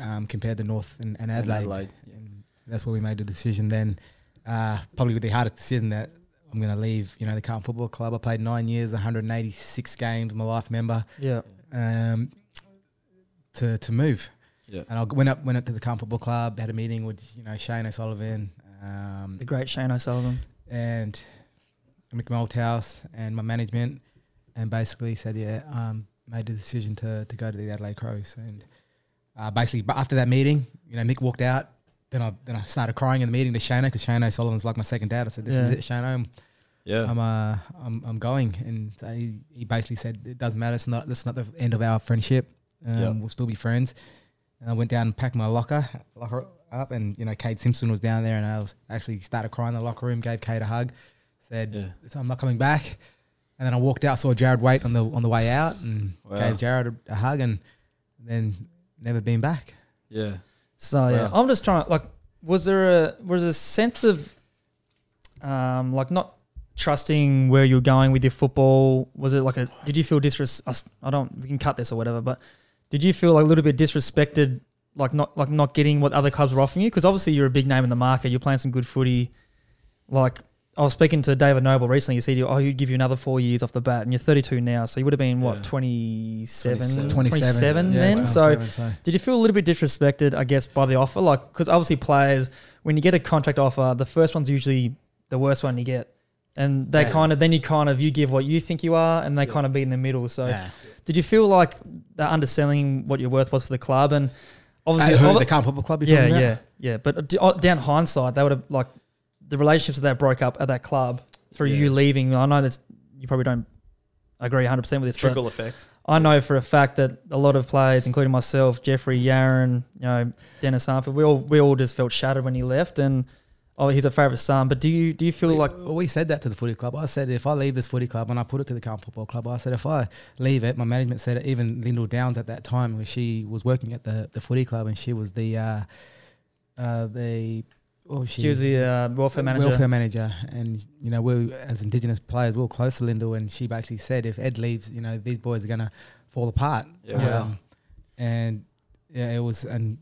S3: um, compared to North and, and
S2: And
S3: Adelaide.
S2: yeah.
S3: And that's where we made the decision then. Uh, probably with the hardest decision that I'm going to leave. You know, the Carlton Football Club. I played nine years, 186 games. I'm a life member.
S1: Yeah.
S3: Um, to to move.
S2: Yeah.
S3: And I went up went up to the Carlton Football Club, had a meeting with you know Shane O'Sullivan, um,
S1: The great Shane O'Sullivan.
S3: and Mick Malthouse and my management, and basically said, yeah, um, made the decision to, to go to the Adelaide Crows, and uh, basically, but after that meeting, you know, Mick walked out. Then I then I started crying in the meeting to Shano because Shano Sullivan's like my second dad. I said, this
S1: Yeah.
S3: is it, Shano, I'm
S2: Yeah.
S3: I'm uh, I'm, I'm going, and so he, he basically said it doesn't matter. It's not that's not the end of our friendship. Um,
S2: Yeah.
S3: We'll still be friends. And I went down and packed my locker locker up, and you know Kate Simpson was down there, and I was actually started crying in the locker room. Gave Kate a hug, said
S2: yeah.
S3: so I'm not coming back. And then I walked out, saw Jared Waite on the on the way out, and
S2: Wow.
S3: gave Jared a, a hug, and then never been back.
S2: Yeah.
S1: So yeah,
S2: Wow.
S1: I'm just trying. Like, was there a was there a sense of, um, like not trusting where you're going with your football? Was it like a? Did you feel disres? I s- I don't. We can cut this or whatever. But did you feel like a little bit disrespected? Like not like not getting what other clubs were offering you? Because obviously you're a big name in the market. You're playing some good footy. Like I was speaking to David Noble recently. He said, "Oh, he give you another four years off the bat, and you're 32 now, so you would have been what
S2: Yeah.
S1: 27,
S2: 27.
S1: 27
S3: Yeah,
S1: then. So
S3: 27, so
S1: did you feel a little bit disrespected, I guess, by the offer? Like, because obviously players, when you get a contract offer, the first one's usually the worst one you get. And they
S3: Yeah.
S1: kind of, then you kind of, you give what you think you are and they kind of be in the middle. So
S3: yeah.
S1: did you feel like they're underselling what your worth was for the club? And obviously,
S3: At who,
S1: ob-
S3: the Carlton Football Club. You're
S1: yeah,
S3: talking about?
S1: yeah, yeah. But d- uh, down hindsight, they would have, like, the relationships that broke up at that club through
S2: Yeah.
S1: you leaving. I know that's, you probably don't agree 100% with this, but
S2: Trickle effect.
S1: I know for a fact that a lot of players, including myself, Jeffrey Yaron, you know, Dennis Arthur, we all we all just felt shattered when he left. And oh, he's a favourite son. But do you do you feel
S3: We-
S1: like
S3: well, we "Oh, said that to the footy club. I said if I leave this footy club and I put it to the current football club, I said if I leave it, my management said it, even Lyndall Downs at that time where she was working at the, the footy club and she was the uh, uh, the what was she?
S1: she was the uh, welfare manager?
S3: Welfare manager, and you know we as Indigenous players, we were close to Lyndall, and she basically said if Ed leaves, you know these boys are gonna fall apart. Um,
S2: Yeah. Wow.
S3: and yeah, it was and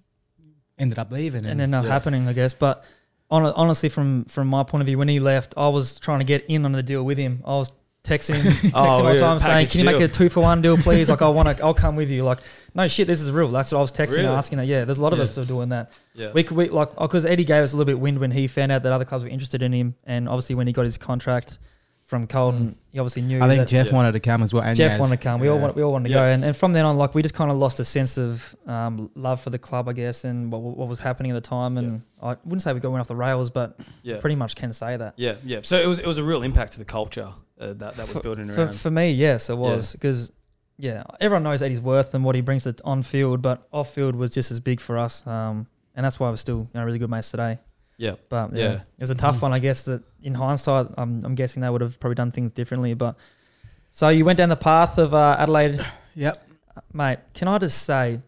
S3: ended up leaving,
S1: and ended up
S2: Yeah.
S1: happening, I guess. But on, honestly, from from my point of view, when he left, I was trying to get in on the deal with him. I was texting him, texting all the
S2: Oh, yeah,
S1: time saying,
S2: package
S1: "Can you make
S2: deal."
S1: a two for one deal, please? like, I want to, I'll come with you." Like, no shit, this is real. That's what I was texting, and
S2: Really?
S1: asking that. Yeah, there's a lot of
S2: Yeah.
S1: us still doing that.
S2: Yeah.
S1: We, could- we like because Eddie gave us a little bit wind when he found out that other clubs were interested in him, and obviously when he got his contract from Colton, he obviously knew.
S3: Mm. I think
S1: that
S3: Jeff
S2: Yeah.
S3: wanted to come as well. And
S1: Jeff
S3: Yaz.
S1: wanted to come. We all
S3: Yeah.
S1: wanted, we all wanted to
S2: Yeah.
S1: go, and, and from then on, like we just kind of lost a sense of um, love for the club, I guess, and what, what was happening at the time. And I wouldn't say we got went off the rails, but
S2: Yeah.
S1: pretty much can say that.
S2: Yeah. Yeah. So it was it was a real impact to the culture uh, that that was building
S1: For,
S2: around.
S1: for me, yes, it was because yeah. everyone knows Eddie's worth and what he brings to on field, but off field was just as big for us, um, and that's why we're still you know, really good mates today.
S2: Yeah.
S1: But yeah,
S2: Yeah. Mm.
S1: it was a tough one, I guess. That in hindsight, I'm, I'm guessing they would have probably done things differently. But so you went down the path of uh, Adelaide,
S3: Yep.
S1: mate. Can I just say,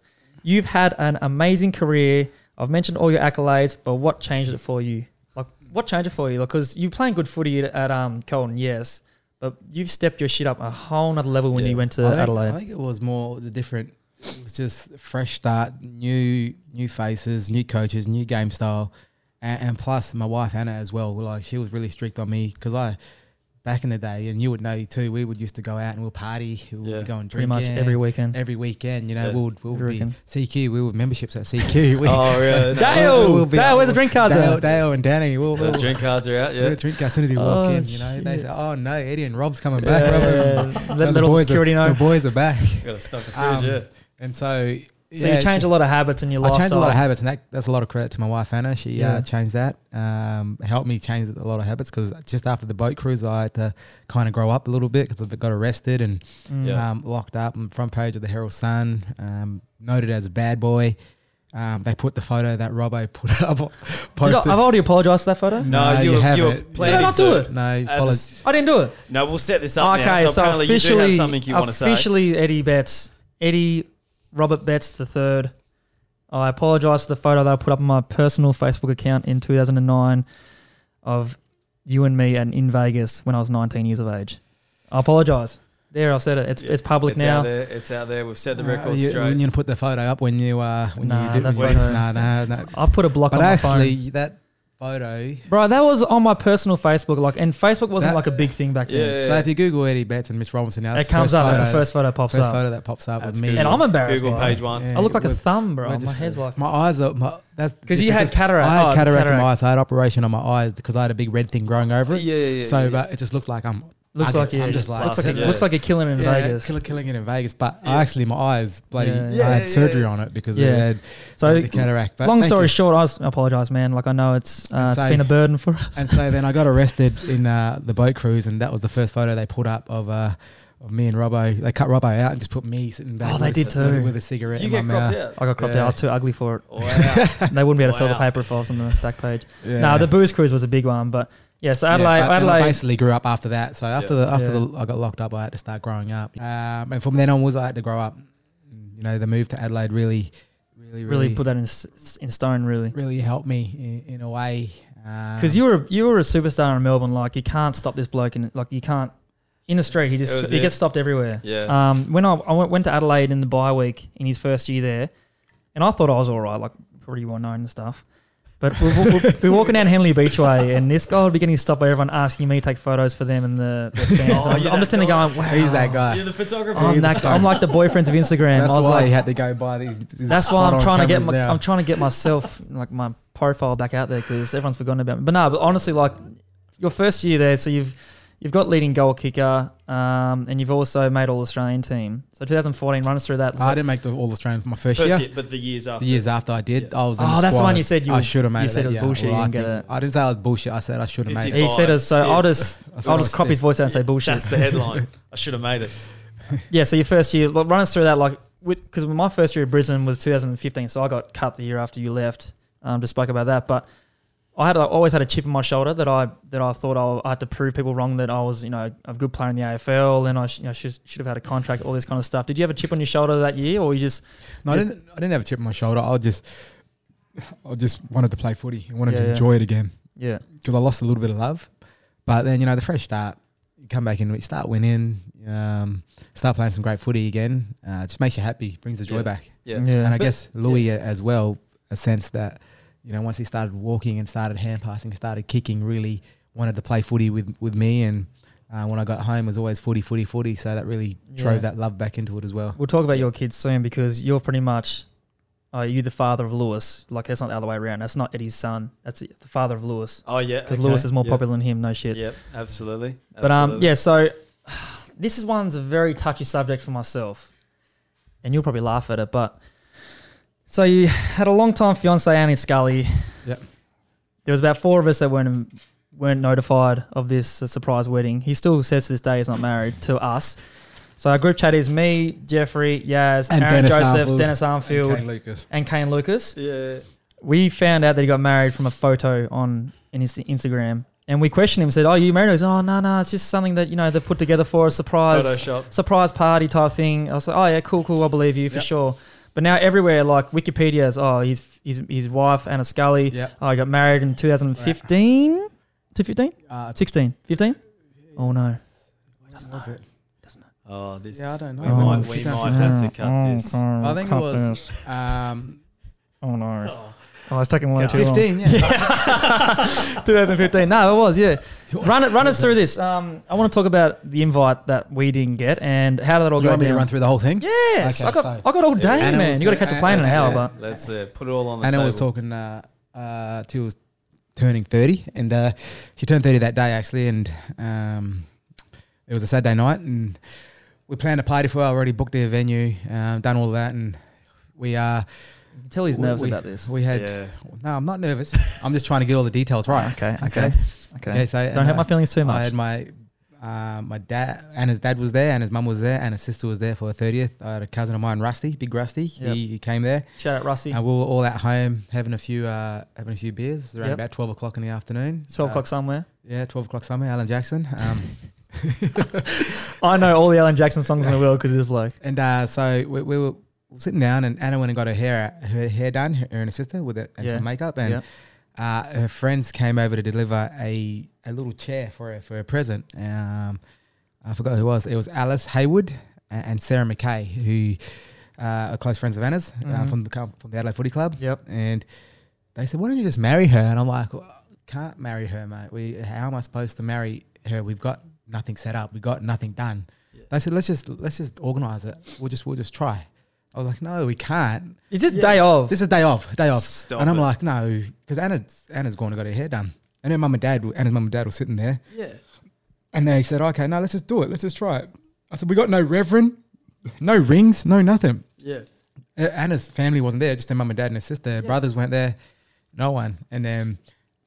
S1: you've had an amazing career. I've mentioned all your accolades, but what changed it for you? Like, what changed it for you? Because you're playing good footy at, at um Colton, yes, but you've stepped your shit up a whole nother level when
S2: Yeah.
S1: you went to
S3: I think,
S1: Adelaide.
S3: I think it was more the different. It was just fresh start, new new faces, new coaches, new game style, and, and plus my wife Hannah as well. Like she was really strict on me because I back in the day, and you would know too. We would used to go out and we'll party, we'll
S2: Yeah.
S3: go and
S1: pretty much
S3: drink
S1: every weekend.
S3: every weekend. You know,
S2: Yeah.
S3: we'll we'll
S1: Every
S3: be
S1: weekend.
S3: CQ. We were memberships at CQ. We,
S2: Oh yeah. no.
S1: Dale,
S3: We'll be-
S1: Dale, where's the drink card?
S3: Dale,
S1: Dale,
S3: Dale, and Danny. We'll,
S2: The
S3: we'll,
S2: drink cards are out.
S3: we'll
S2: Yeah.
S3: drink as soon as we walk
S1: Oh,
S3: in. You know, they
S1: shit.
S3: say, "Oh no, Eddie and Rob's coming
S1: Yeah,
S3: back." Rob's-
S1: yeah, yeah. Let
S3: the
S1: little
S3: boys
S1: security
S3: are,
S1: know.
S3: The boys are back.
S2: Got to stock the fridge.
S3: Um,
S2: yeah.
S3: And so
S1: So
S3: Yeah,
S1: you change
S3: she-
S1: a lot of habits in your
S3: I
S1: lifestyle.
S3: changed a lot of habits, and that, that's a lot of credit to my wife Anna. She
S1: Yeah.
S3: uh, changed that, um, helped me change a lot of habits because just after the boat cruise, I had to kind of grow up a little bit because I got arrested and
S1: Mm.
S2: Yeah.
S3: um, locked up on the front page of the Herald Sun, um, noted as a bad boy. Um, they put the photo that Robbo put up.
S1: Did
S3: on-
S1: I,
S3: Posted.
S1: have already apologized for that photo.
S3: No, you
S2: were-
S3: haven't.
S2: were
S3: Did I
S2: planning
S1: not
S2: to.
S1: do it?
S3: no,
S2: Uh,
S3: apologies.
S2: this-
S1: I didn't do it.
S2: no, we'll set this up now.
S1: okay,
S2: So,
S1: so
S2: apparently you do
S1: officially,
S2: have something you want to say.
S1: officially Eddie Betts, Eddie Robert Betts the third. I apologise for the photo that I put up on my personal Facebook account in 2009 of you and me and in Vegas when I was 19 years of age. I apologise. There, I said it. It's, it's public
S2: it's Out
S1: now.
S2: there, it's out there. We've set the
S3: Uh,
S2: record
S3: you,
S2: straight.
S3: When you put the photo up when you uh, when
S1: Nah,
S3: you do
S1: that
S3: when-
S1: photo-
S3: nah, nah, nah.
S1: I put a block
S3: But
S1: on my
S3: actually,
S1: phone,
S3: that photo.
S1: bro. That was on my personal Facebook, like, and Facebook wasn't
S3: That-
S1: like a big thing back then.
S2: yeah.
S3: So if you Google Eddie Betts and Mitch Robinson, now
S1: it comes up. That's the first photo pops
S3: first
S1: up,
S3: photo that pops up
S2: That's
S3: with me.
S2: good.
S1: and I'm embarrassed.
S2: Google
S1: by it.
S2: page one.
S3: Yeah,
S1: I look like a
S3: we're-
S1: thumb, bro.
S3: we're
S1: My
S3: just-
S1: head's like.
S3: my eyes are my that's
S1: 'Cause you had cataract.
S3: I had
S1: Oh, it's
S3: cataract, in
S1: cataract.
S3: my eyes. I had operation on my eyes because I had a big red thing growing over
S2: Yeah,
S3: it.
S2: yeah, yeah.
S3: so
S2: yeah.
S3: but it just looked like I'm
S1: Looks
S3: I'm
S1: like you.
S3: I'm just like
S1: looks like,
S2: blasted,
S1: you-
S2: yeah.
S1: looks like you're killing it in
S3: yeah,
S1: Vegas.
S3: Killer killing it in Vegas, but
S2: Yeah.
S3: actually my eyes bloody
S1: Yeah.
S3: I
S2: Yeah,
S3: had
S2: yeah,
S3: surgery
S2: yeah.
S3: on it because
S1: Yeah.
S3: they had
S1: So,
S3: the cataract. But
S1: Long
S3: thank
S1: story
S3: you.
S1: short, I, s- I apologize, man. Like I know it's uh, it's
S3: It's a-
S1: been a burden for us.
S3: And so then I got arrested in uh, the boat cruise, and that was the first photo they put up of uh, of me and Robbo. They cut Robbo out and just put me sitting back.
S1: Oh, they
S3: with
S1: did
S3: a,
S1: too.
S3: with a cigarette.
S2: you
S3: in
S2: get
S3: my
S2: cropped
S3: mouth.
S2: out. Oh,
S1: I got cropped
S3: Yeah.
S1: out. I was too ugly for it.
S2: Wow.
S1: They wouldn't be able to sell the
S2: Wow.
S1: paper if I was on the back page.
S3: Yeah.
S1: No, the booze cruise was a big one, but yeah. So
S3: Yeah,
S1: Adelaide,
S3: but- and I
S1: Adelaide.
S3: basically grew up after that. So after the after
S1: Yeah.
S3: the, I got locked up, I had to start growing up. Um, and from then onwards, I had to grow up. You know, the move to Adelaide really,
S1: Really,
S3: really, really,
S1: put that in s- in stone, really.
S3: really helped me in, in a way. Um, Because
S1: Because you were a- you were a superstar in Melbourne. Like you can't stop this bloke, and like you can't in the street. He
S2: That
S1: just
S2: was
S1: he
S2: it.
S1: gets stopped everywhere.
S2: Yeah.
S1: Um, when I, I went, went to Adelaide in the bye week in his first year there, and I thought I was all right, like pretty well known and stuff. But we're, we're, we're walking down Henley Beach Way, and this guy would be getting stopped by everyone asking me to take photos for them and the, the fans.
S2: Oh,
S1: And I'm,
S2: you're
S1: I'm just sitting
S2: that
S1: there going, wow.
S3: he's that guy.
S2: You're the photographer.
S1: I'm that guy. I'm like the boyfriends of Instagram.
S3: That's
S1: I
S3: why
S1: was
S3: he
S1: like,
S3: had to go buy these. these
S1: that's why I'm
S3: spot-on
S1: trying to get
S3: cameras
S1: my,
S3: now.
S1: I'm trying to get myself like my profile back out there because everyone's forgotten about me. But no, but honestly, like your first year there, so you've you've got leading goal kicker, um, and you've also made all Australian team. So 2014, run us through that.
S3: I didn't make the all Australian for my first,
S2: First
S3: year.
S2: year, but the years after.
S3: The years after I did, I was. In
S1: Oh,
S3: the
S1: that's the
S3: squad.
S1: one you said you
S3: I
S1: was-
S3: should have made.
S1: you said it
S3: that
S1: was
S3: year.
S1: bullshit, you
S3: I,
S1: didn't get
S3: think-
S1: it.
S3: I didn't say I was bullshit. I said I should have made.
S2: Fifty-
S1: He
S3: it.
S1: said it, so
S2: Five,
S1: I'll just
S3: I
S1: I'll
S3: was
S1: just Oh, crop his
S3: sick.
S1: voice out and say bullshit.
S2: That's the headline. I should have made it.
S1: yeah, so your first year, like, run us through that, like, because my first year at Brisbane was 2015, so I got cut the year after you left. Um, just spoke about that, but I had I always had a chip in my shoulder that I that I thought I, I had to prove people wrong that I was you know a good player in the AFL and I sh- you know, should should have had a contract, all this kind of stuff. Did you have a chip on your shoulder that year, or you just
S3: No, I
S1: Just-
S3: didn't. I didn't have a chip on my shoulder. I just, I just wanted to play footy. I wanted
S1: Yeah,
S3: to
S1: yeah.
S3: enjoy it again
S1: yeah
S3: because I lost a little bit of love. But then you know the fresh start, you come back and start winning, um, start playing some great footy again. Uh, just makes you happy, brings the joy
S2: Yeah.
S3: back.
S2: Yeah.
S3: And I
S2: But-
S3: guess Louis uh as well, a sense that you know once he started walking and started hand passing, started kicking, really wanted to play footy with with me. And uh, when I got home, it was always footy, footy, footy. So that really
S1: Yeah.
S3: drove that love back into it as well.
S1: We'll talk about your kids soon because you're pretty much uh, you the father of Lewis. Like that's not the other way around. That's not Eddie's son. That's the father of Lewis
S2: Oh yeah.
S1: because
S2: okay.
S1: Lewis is more
S2: Yeah.
S1: popular than him. No shit.
S2: Yep. Absolutely.
S1: but um,
S2: Absolutely.
S1: yeah. So this is one's a very touchy subject for myself, and you'll probably laugh at it. But so you had a long time fiance Annie Scully.
S3: Yep.
S1: There was about four of us that weren't weren't notified of this uh, surprise wedding. He still says to this day he's not married to us. So our group chat is me, Jeffrey, Yaz,
S3: And
S1: Aaron
S3: Dennis
S1: Joseph,
S3: Armfield.
S1: Dennis Armfield, and Kane. Lucas.
S3: Lucas.
S2: Yeah.
S1: We found out that he got married from a photo on in his Instagram, and we questioned him. Said, "Oh, you married?" He goes, "Oh, no, no, it's just something that you know they put together for a surprise."
S2: Photoshop.
S1: surprise party type thing. I was like, oh yeah, cool, cool, I believe you for
S3: Yep.
S1: sure. But now everywhere, like Wikipedia is, oh, his his his wife Anna Scully.
S3: Yep.
S1: Oh, he got married in 2015, 2015,
S3: Uh,
S1: 16, 15. Oh no,
S3: was it?
S2: Oh, this.
S3: Yeah, I don't know.
S2: We
S1: Oh,
S2: might. We
S3: she don't
S2: might
S3: know.
S2: have to cut
S1: oh,
S2: this.
S1: God,
S3: I think it
S1: cut
S3: was
S1: this.
S3: um,
S1: Oh no, oh, it's taking way
S2: God.
S1: too long.
S3: 15. Yeah.
S1: 2015. No, it was. Yeah. Run it. Run us through this. Um, I want to talk about the invite that we didn't get and how did that all
S3: You
S1: go
S3: want me to
S1: down.
S3: run through the whole thing?
S1: yes,
S3: Okay,
S1: I got.
S3: so-
S1: I got all day,
S3: Anna
S1: man.
S3: was
S1: You got to catch a
S3: doing-
S1: plane in an
S3: Anna-
S1: hour,
S3: yeah.
S1: but
S2: Let's uh, put it all on the
S3: Anna
S2: table.
S3: was talking uh, uh, to was turning 30, and uh, she turned 30 that day actually, and um, it was a Saturday night, and we planned a party for her. I already booked the venue, um, done all that, and we we uh,
S1: You can tell he's
S3: we-
S1: nervous
S3: we-
S1: about this.
S3: We had
S2: Yeah.
S3: no, I'm not nervous. I'm just trying to get all the details right.
S1: okay, okay, okay.
S3: Okay, so
S1: Don't hurt
S3: uh,
S1: my feelings too
S3: I
S1: much.
S3: had my uh, my dad and his dad was there and his mum was there and his sister was there for her thirtieth. I had a cousin of mine, Rusty, big Rusty.
S1: Yep.
S3: He, he came there
S1: Shout out Rusty.
S3: and Uh, we were all at home having a few uh, having a few beers around
S1: Yep.
S3: about twelve o'clock in the afternoon.
S1: Twelve
S3: Uh,
S1: o'clock somewhere.
S3: Yeah, twelve o'clock somewhere. Alan Jackson. Um,
S1: I know all the Alan Jackson songs in the world because of this bloke.
S3: And uh, so we, we were sitting down, and Anna went and got her hair her hair done, her and her sister with it and
S1: Yeah.
S3: some makeup, and
S1: Yep.
S3: uh, her friends came over to deliver a a little chair for her for her present. Um, I forgot who it was. It was Alice Haywood a- and Sarah McKay, who uh, are close friends of Anna's uh,
S1: Mhm.
S3: from the com- from the Adelaide Footy Club.
S1: Yep.
S3: And they said, "Why don't you just marry her?" And I'm like, well, "Can't marry her, mate. We how am I supposed to marry her? We've got nothing set up. We've got nothing done."
S2: Yeah.
S3: They said, "Let's just let's just organize it. We'll just we'll just try." I was like, "No, we can't.
S1: Is this
S2: Yeah.
S1: day of?
S3: This is day off, day off."
S2: Stop
S3: and I'm
S2: it.
S3: like, "No," because Anna's Anna's going to got her hair done, and her mum and dad were- Anna's mum and dad were sitting there,
S2: Yeah.
S3: and they said, "Okay, no, let's just do it. Let's just try it." I said, "We got no reverend, no rings, no nothing."
S2: Yeah.
S3: Uh, Anna's family wasn't there, just her mum and dad and her sister. Her
S2: Yeah.
S3: brothers weren't there, no one. And then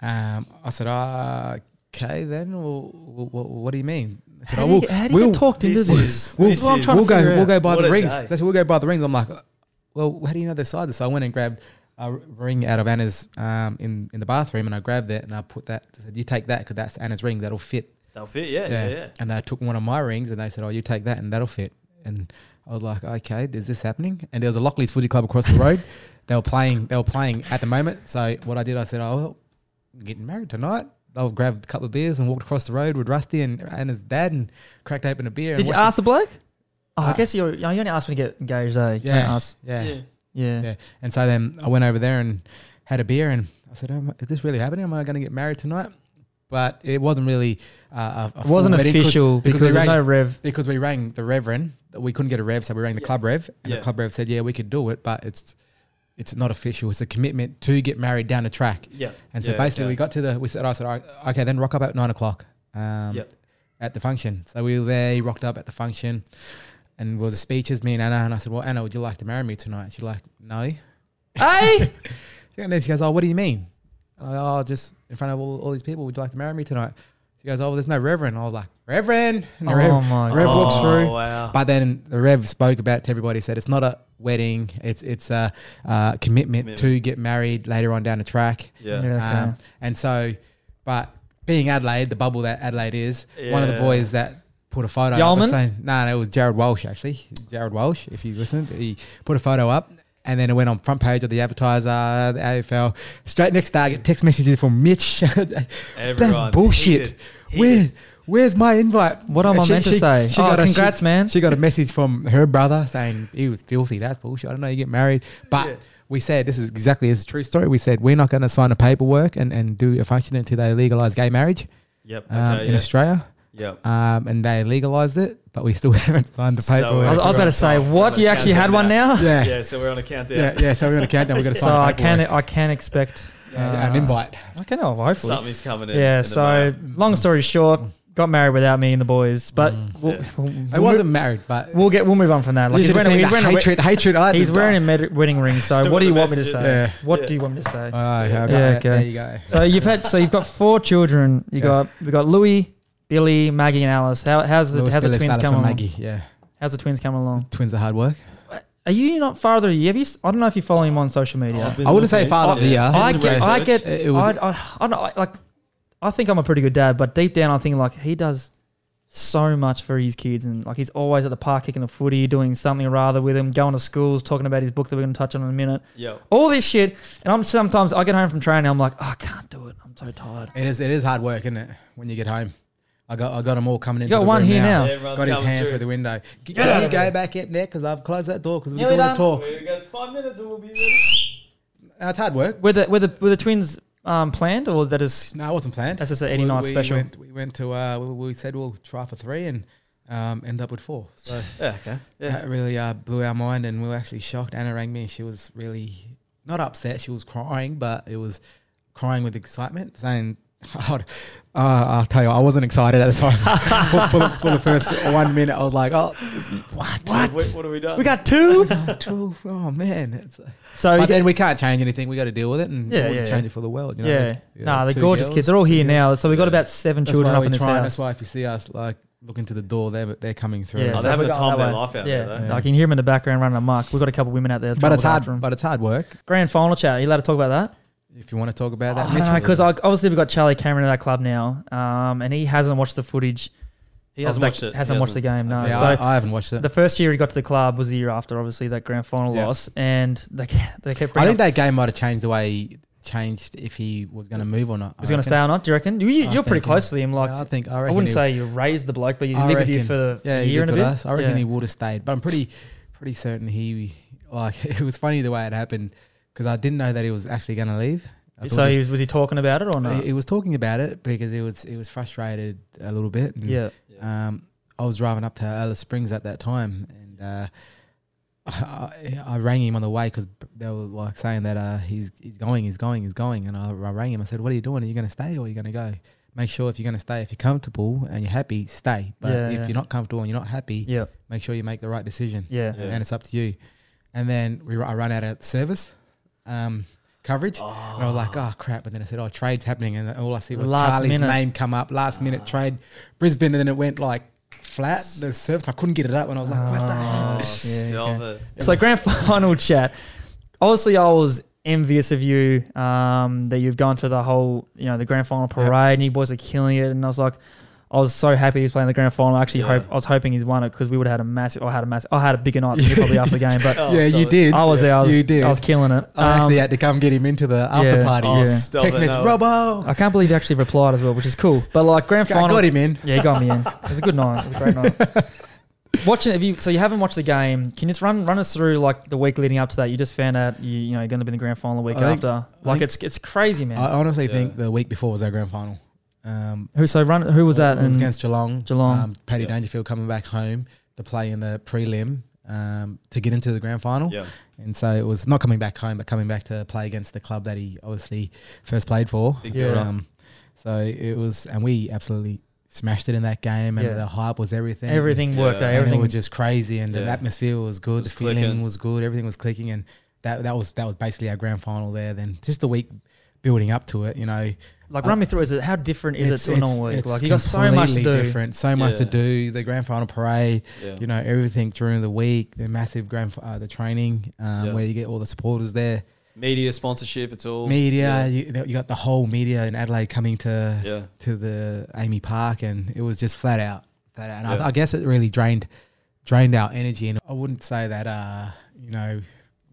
S3: um, I said, ah, okay, then, well, what, what do you mean? I said,
S1: how
S3: "Oh,
S1: do you,
S3: we'll-
S1: get- how do you
S3: we'll-
S1: get talked into
S2: this
S1: this?
S2: is-
S1: This
S2: this
S1: is what I'm
S2: is-
S1: trying
S3: we'll
S1: to
S3: go,
S1: figure
S3: we'll
S1: out.
S3: go by
S2: What
S3: the
S2: a
S3: rings.
S2: day.
S3: That's we'll go by the rings. I'm like, well, how do you know the size? So I went and grabbed a ring out of Anna's um, in in the bathroom, and I grabbed that and I put that. I said, you take that because that's Anna's ring. That'll fit.
S2: They'll fit. Yeah. Yeah. Yeah.
S3: And they took one of my rings and they said, oh, you take that and that'll fit. And I was like, okay, is this happening? And there was a Lockleys Footy Club across the road. they were playing. They were playing at the moment. So what I did, I said, oh, well, I'm getting married tonight. I grabbed a couple of beers and walked across the road with Rusty and Anna's dad and cracked open a beer. and
S1: Did you
S3: watched the-
S1: ask the bloke? Oh, I
S3: Uh,
S1: guess you're, you only asked me to get engaged, though. You
S3: Yeah,
S1: don't ask.
S3: yeah, yeah,
S2: Yeah.
S1: Yeah.
S3: And so then I went over there and had a beer, and I said, um, "Is this really happening? Am I going to get married tonight?" But it wasn't really. Uh, a, a
S1: It wasn't
S3: formal wedding 'cause-
S1: official because,
S3: we
S1: there's
S3: rang-
S1: no rev.
S3: because we rang the reverend, we couldn't get a rev, so we rang the
S2: Yeah.
S3: club rev, and the
S2: Yeah.
S3: club rev said, "Yeah, we could do it, but it's it's not official. It's a commitment to get married down the track."
S2: Yeah.
S3: And so
S2: Yeah,
S3: basically,
S2: okay.
S3: we got to the we said, "I said, "All right, okay, then rock up at nine o'clock um,
S2: Yep.
S3: at the function." So we were there, he rocked up at the function, and was the speeches, me and Anna, and I said, "Well, Anna, would you like to marry me tonight?" She's like, "No."
S1: hey!
S3: And then she goes, "Oh, what do you mean?" I'm like, "Oh, just in front of all, all these people. Would you like to marry me tonight?" She goes, "Oh, well, there's no reverend." I was like, "Reverend," and the rev-
S1: Oh, my
S3: Rev
S1: God.
S3: walks through.
S2: Wow.
S3: But then the Rev spoke about it to everybody. Said it's not a wedding. It's it's a uh, commitment,
S2: Commitment.
S3: to get married later on down the track.
S2: Yeah.
S1: Yeah, okay.
S3: Um, and so, but being Adelaide, the bubble that Adelaide is, one of the
S2: Yeah.
S3: boys that put a photo.
S1: Yeoman?
S3: up saying, no, no, it was Jared Walsh actually. Jared Walsh, if you listened, he put a photo up. And then it went on front page of the advertiser, the AFL. Straight next day, I get text messages from Mitch.
S2: Everyone's
S3: That's bullshit.
S2: heated,
S3: Where,
S2: heated.
S3: where's my invite? Uh,
S1: What am I
S3: She-
S1: meant to
S3: she-
S1: say?
S3: she
S1: Oh,
S3: got a- she-
S1: congrats, man.
S3: She got a message from her brother saying he was filthy. That's bullshit. I don't know. You get married, but
S2: Yeah.
S3: we said this is exactly it's a true story. We said we're not going to sign a paperwork and, and do a function until they legalize gay marriage
S2: Yep.
S3: um,
S2: Okay.
S3: in
S2: yeah.
S3: Australia.
S2: Yep.
S3: Um, and they legalized it, but we still haven't signed the
S2: So uh,
S1: I was,
S3: paperwork.
S1: I was about to say, what? You actually had one now?
S3: yeah.
S2: Yeah. So we're on a countdown.
S3: yeah, yeah. So we're going to count down. We're going to
S1: So
S3: sign.
S1: I
S3: the
S1: can
S3: paperwork.
S1: I can expect
S3: Yeah, yeah, an
S1: uh,
S3: invite.
S1: I can oh, hopefully.
S2: Something's coming in.
S1: yeah.
S2: in the
S1: So
S2: mail.
S1: long story short, got married without me and the boys, but we'll,
S2: Yeah.
S1: we'll,
S3: I Mm. wasn't married, but
S1: we'll get we'll move on from that.
S3: you
S1: Like he's
S3: should have
S1: wearing, a,
S3: seen
S1: he's,
S3: the
S1: wearing a, we-
S3: hatred. hatred. I
S1: he's
S3: had.
S1: wearing a med- wedding ring. So
S2: Still
S1: what do you
S2: got
S1: want
S2: the
S1: me to
S2: messages.
S1: say?
S3: Yeah.
S1: What
S2: Yeah.
S1: do you want me to say?
S3: Oh, yeah,
S1: Yeah,
S3: okay.
S1: okay.
S3: There you go.
S1: So you've had so you've got four children. You
S3: Yes.
S1: got we got Louis, Billy, Maggie, and Alice. How, how's the
S3: Lewis
S1: how's the
S3: Gillis,
S1: twins
S3: Alice
S1: coming
S3: and
S1: along?
S3: Maggie, yeah.
S1: How's the twins coming along?
S3: Twins are hard work.
S1: Are you not father of the year? Have you s- I don't know if you follow him on social media.
S2: I've been
S3: I wouldn't say
S2: looking.
S3: father of the year.
S1: I
S2: Did some
S1: get, I
S2: research.
S1: get,
S3: It- it was-
S1: I, I, I, don't, I like, I think I'm a pretty good dad, but deep down, I think like he does so much for his kids, and like he's always at the park kicking the footy, doing something or other with him, going to schools, talking about his book that we're going to touch on in a minute,
S2: Yep.
S1: all this shit. And I'm sometimes I get home from training, I'm like, "Oh, I can't do it, I'm so tired.
S3: It is. It is hard work, isn't it? When you get home, I got. I got them all coming in.
S1: got one here now.
S2: Everyone's
S3: Got his
S2: coming
S3: hand through.
S2: through.
S3: the window. C-
S1: Get
S3: Can
S1: out
S3: you
S1: of
S3: go
S1: here.
S3: back in there? Because I've closed that door because we're
S1: Nearly
S3: doing a
S1: done.
S3: talk.
S2: We've got five minutes and we'll be ready.
S3: Uh, it's hard work.
S1: Were the were the were the twins um, planned, or is that just
S3: No, it wasn't planned.
S1: that's just an
S3: We-
S1: 80 night
S3: we
S1: special?
S3: Went, we went to. Uh, we, we said we'll try for three and um, end up with four. So
S2: Yeah, okay. Yeah.
S3: that really uh, blew our mind, and we were actually shocked. Anna rang me. She was really not upset. She was crying, but it was crying with excitement, saying, God, uh, I'll tell you, what, I wasn't excited at the time. for, for the, for the first one minute, I was like, oh, this- what?
S2: What? What, have we done?
S1: We got two.
S3: Two- Oh, man. It's,
S1: so Oh, you
S3: but
S1: get,
S3: then we can't change anything. We got to deal with it and
S1: Yeah,
S3: we
S1: yeah,
S3: change
S1: yeah.
S3: it for the world. You know?
S1: yeah.
S3: Like, you
S1: Nah,
S3: know,
S1: they're
S3: two
S1: gorgeous kids. They're all here now. So we got about seven
S3: That's
S1: children
S3: why
S1: up
S3: we
S1: in this
S3: try-
S1: house.
S3: That's why if you see us like looking to the door, they're, they're coming through.
S1: Yeah,
S2: Oh,
S1: so
S2: they're having
S1: if
S2: the
S1: we
S2: time
S1: go
S2: of their
S1: that way-
S2: life out
S1: yeah.
S2: there, though.
S1: I can hear them in the background running amok. We've got a couple women out there. that's
S3: But
S1: trying
S3: it's
S1: to look
S3: hard.
S1: after 'em.
S3: But it's hard work.
S1: Grand final chat. Are you allowed to talk about that?
S3: If you want to talk about
S1: Oh,
S3: that, Mitchell.
S1: Because obviously we've got Charlie Cameron at our club now, um, and he hasn't watched the footage.
S2: He hasn't
S1: Back-
S2: watched it. He
S1: hasn't watched the game, no.
S3: yeah,
S1: so-
S3: I, I haven't watched it.
S1: The first year he got to the club was the year after, obviously that grand final
S3: Yeah.
S1: loss, and they they kept. Bringing
S3: I think
S1: up,
S3: that game might have changed the way changed if he was going to move or not.
S1: was going to stay or not. Do you reckon? You,
S3: I
S1: you, are
S3: think
S1: pretty
S3: he-
S1: close to him. Like
S3: I think I
S1: I,
S3: reckon
S1: wouldn't
S3: he-
S1: say you raised the bloke, but you
S3: I
S1: lived with you
S3: reckon-
S1: for
S3: yeah,
S1: a
S3: he
S1: year and
S3: lived
S1: a
S3: with
S1: bit.
S3: Us. I reckon
S1: Yeah.
S3: he would have stayed, but I'm pretty pretty certain he like it was funny the way it happened because I didn't know that he was actually going to leave. I
S1: So
S3: thought
S1: he was, was he talking about it or
S3: he,
S1: not?
S3: he was talking about it because he was he was frustrated a little bit. and,
S1: yeah.
S3: Um, I was driving up to Alice Springs at that time, and uh, I, I rang him on the way because they were like saying that uh, he's he's going, he's going, he's going, and I, I rang him. I said, "What are you doing? Are you going to stay or are you going to go? Make sure if you're going to stay, if you're comfortable and you're happy, stay. But
S1: Yeah,
S3: if
S1: yeah.
S3: you're not comfortable and you're not happy,
S1: Yeah.
S3: make sure you make the right decision,
S1: Yeah.
S2: Yeah.
S3: and it's up to you." And then we ru- I run out of service. Um, coverage and I was like oh crap and then I said oh trade's happening and all I see was
S1: Last
S3: Charlie's
S1: minute. Ah.
S3: name come up last minute trade Brisbane and then it went like flat the surface I couldn't get it up and I was like what the
S1: Ah.
S3: hell
S2: Oh, stop it.
S1: So grand final chat. Obviously, I was envious of you um, that you've gone through the whole, you know, the grand final parade, and you boys are killing it. And I was like, I was so happy he was playing the grand final. I actually
S2: Yeah.
S1: hope I was hoping he's won it because we would have had a massive. I had a massive. I had a bigger night than you probably after the game, but
S2: Oh,
S3: yeah you
S2: solid.
S3: did
S1: I was there. I was,
S3: you did
S1: I was killing it.
S3: I
S1: Um,
S3: actually had to come get him into the after
S1: yeah.
S3: party
S2: Oh,
S1: Yeah.
S2: stop
S3: text
S2: it.
S3: message
S2: No.
S3: Robbo
S1: I can't believe he actually replied as well, which is cool. But like grand
S3: I
S1: final,
S3: got him in
S1: Yeah, he got me in. It was a good night. It was a great night. Watching, if you so you haven't watched the game, can you just run run us through like the week leading up to that? You just found out you you know you're going to be in the grand final the week
S3: I think-
S1: after.
S3: I
S1: like
S3: think-
S1: it's it's crazy, man.
S3: I honestly
S2: Yeah.
S3: think the week before was our grand final um
S1: who so run? Who was that?
S3: it was
S1: And-
S3: against Geelong
S1: Geelong.
S3: um, Paddy
S2: Yeah.
S3: Dangerfield coming back home to play in the prelim um, to get into the grand final
S2: Yeah.
S3: And so it was not coming back home, but coming back to play against the club that he obviously first played for.
S2: Big
S1: Yeah.
S2: build up.
S3: Um, so it was, and we absolutely smashed it in that game, and
S1: Yeah.
S3: the hype was everything.
S1: everything worked out.
S2: Yeah.
S3: and
S1: Everything
S3: it was just crazy, and the
S2: Yeah.
S3: atmosphere was good,
S2: was
S3: the feeling
S2: clicking.
S3: was good, everything was clicking, and that that was that was basically our grand final there. Then just the week building up to it, you know,
S1: like run me through. Is it how different is it
S3: uh, it's-
S1: to a
S3: it's-
S1: normal week?
S3: it's
S1: Like you got so much to do.
S3: completely different, so much to
S2: Yeah.
S3: do. The grand final parade,
S2: Yeah.
S3: you know everything during the week the massive grand uh, the training um,
S2: Yeah.
S3: where you get all the supporters there
S2: Media sponsorship. It's all
S3: media
S2: Yeah.
S3: you, you got the whole media in adelaide coming to
S2: Yeah.
S3: to the amy park and it was just flat out flat out and
S2: Yeah.
S3: I, I guess it really drained drained our energy and i wouldn't say that uh you know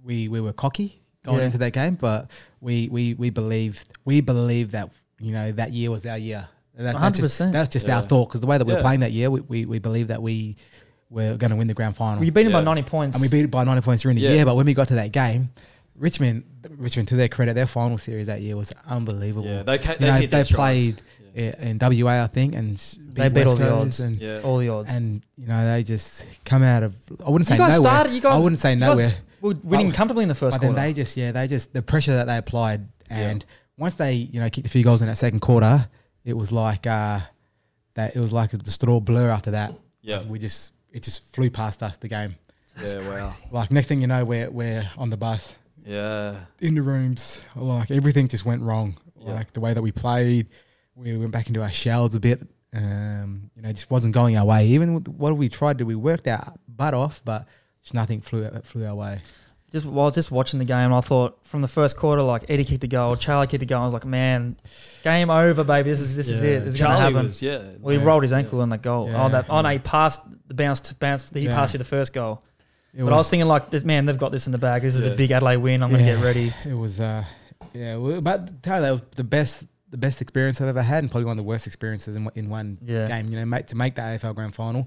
S3: we we were cocky going
S1: Yeah.
S3: into that game but we we we believed we believed that you know that year was our year that, that's just
S1: 100%.
S3: that's just our
S2: Yeah.
S3: thought because the way that we were
S2: Yeah.
S3: playing that year we we, we believed that we were going to win the grand final
S1: Well, you beat him by
S2: Yeah.
S1: ninety points.
S3: and we beat it by 90 points during the
S2: Yeah.
S3: year. But when we got to that game, Richmond, Richmond, to their credit, their final series that year was unbelievable.
S2: Yeah. They, ca-
S3: you
S2: they,
S3: know,
S2: hit
S3: they
S2: their strides.
S3: played i- in WA, I think, and s-
S1: They beat all the
S3: Coast
S1: odds.
S3: And,
S2: Yeah.
S1: all the odds.
S3: and you know they just come out of. I wouldn't say
S1: you guys
S3: nowhere.
S1: started. You guys.
S3: I wouldn't say
S1: you guys
S3: nowere
S1: Were winning
S3: But-
S1: comfortably in the first
S3: but then
S1: quarter.
S3: they just yeah they just the pressure that they applied and once they you know kicked a few goals in that second quarter it was like uh that it was like the straw blur after that
S2: Yeah.
S3: Like, we just it just flew past us the game
S2: Yeah. Wow.
S3: like next thing you know we're we're on the bus
S2: Yeah.
S3: in the rooms, like everything just went wrong.
S2: Yeah.
S3: Like the way that we played, we went back into our shells a bit. Um, you know, it just wasn't going our way. Even with what we tried to, we worked our butt off, but just nothing flew flew our way.
S1: just while just watching the game, I thought from the first quarter, like Eddie kicked a goal, Charlie kicked a goal. I was like, man, game over, baby. This is this is it. This is gonna
S2: Charlie
S1: happen.
S2: was. Yeah.
S1: well, he
S3: Yeah.
S1: rolled his ankle on that goal.
S3: Yeah.
S1: Oh, that on a pass, the bounce, to bounce. He
S3: Yeah.
S1: passed you the first goal.
S3: It
S1: but I was thinking like, this, man, they've got this in the bag. This is
S2: Yeah.
S1: a big Adelaide win. I'm gonna
S3: Yeah.
S1: get ready.
S3: it was, uh, yeah. we- But tell you, that was the best the best experience I've ever had, and probably one of the worst experiences in, one- in one
S1: Yeah.
S3: game. You know, mate, to make the AFL Grand Final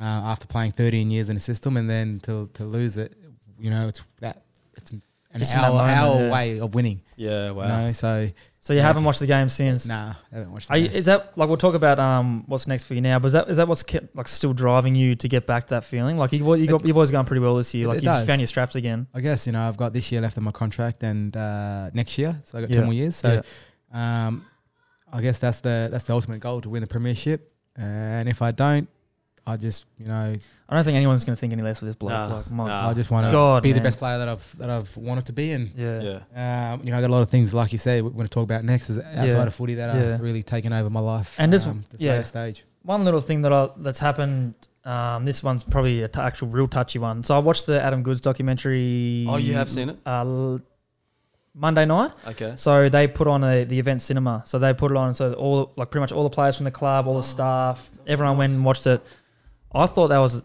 S3: uh, after playing 13 years in a system, and then to to lose it, you know, it's that it's an
S1: Just in that
S3: hour
S1: moment,
S3: hour
S1: yeah.
S3: away of winning.
S2: Yeah.
S3: You
S2: Wow.
S3: know, so
S1: So you
S3: Yeah,
S1: haven't
S3: it's-
S1: watched the game since.
S3: Nah, I haven't watched
S1: Are you,
S3: that.
S1: is that like we'll talk about um what's next for you now? But is that is that what's kept, like still driving you to get back that feeling? Like you you got your boys going pretty well this year.
S3: It-
S1: Like
S3: it
S1: you have
S3: does.
S1: found your straps again.
S3: I guess you know I've got this year left on my contract and uh, next year, so I got two
S1: Yeah.
S3: more years. So um, I guess that's the that's the ultimate goal to win the premiership. And if I don't, I just you know
S1: I don't think anyone's going to think any less of this bloke.
S2: Nah,
S1: like, my
S2: nah.
S3: I just want to
S1: Ah. God,
S3: be the
S1: man.
S3: best player that I've that I've wanted to be. And
S1: Yeah.
S2: Yeah.
S3: um, you know, I got a lot of things like you said we're going to talk about next is outside
S1: Yeah.
S3: of footy that
S1: Yeah.
S3: are really taking over my life.
S1: And this-
S3: um, this
S1: yeah.
S3: later stage.
S1: One little thing that I, that's happened. Um, this one's probably an t- actual real touchy one. So I watched the Adam Goods documentary.
S2: Oh, you have seen it?
S1: Uh, l- Monday night.
S2: Okay.
S1: So they put on a, the event cinema. So they put it on. So all like pretty much all the players from the club, all the staff, everyone went and watched it. I thought that was.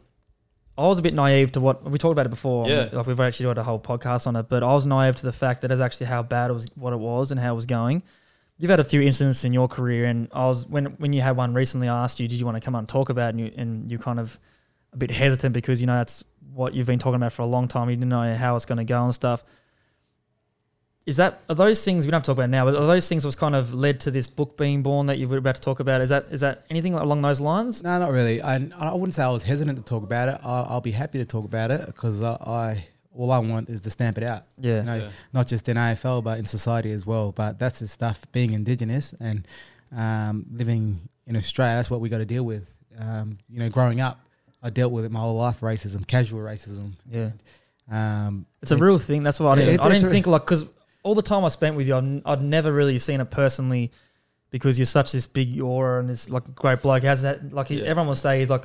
S1: I was a bit naive to what we talked about it before.
S2: Yeah.
S1: Like we've actually done a whole podcast on it, but I was naive to the fact that is actually how bad it was, what it was, and how it was going. You've had a few incidents in your career, and I was when when you had one recently. I asked you, did you want to come on and talk about, it? and you and you kind of a bit hesitant because you know that's what you've been talking about for a long time. You didn't know how it's going to go and stuff. Is that are those things we don't have to talk about now? But are those things was kind of led to this book being born that you were about to talk about? Is that is that anything along those lines?
S3: No, not really. I, I wouldn't say I was hesitant to talk about it. I, I'll be happy to talk about it because I, I all I want is to stamp it out.
S1: Yeah.
S3: You know,
S2: Yeah.
S3: not just in AFL but in society as well. But that's the stuff being Indigenous and um, living in Australia. That's what we got to deal with. Um, you know, growing up, I dealt with it my whole life: racism, casual racism.
S1: Yeah.
S3: Um,
S1: It's a real thing. That's why I
S3: Yeah,
S1: didn't,
S3: it's-
S1: I
S3: it's
S1: didn't
S3: a-
S1: think like because all the time I spent with you, I'd, I'd never really seen it personally because you're such this big aura and this like great bloke. Has that like he,
S2: Yeah.
S1: everyone will say he's like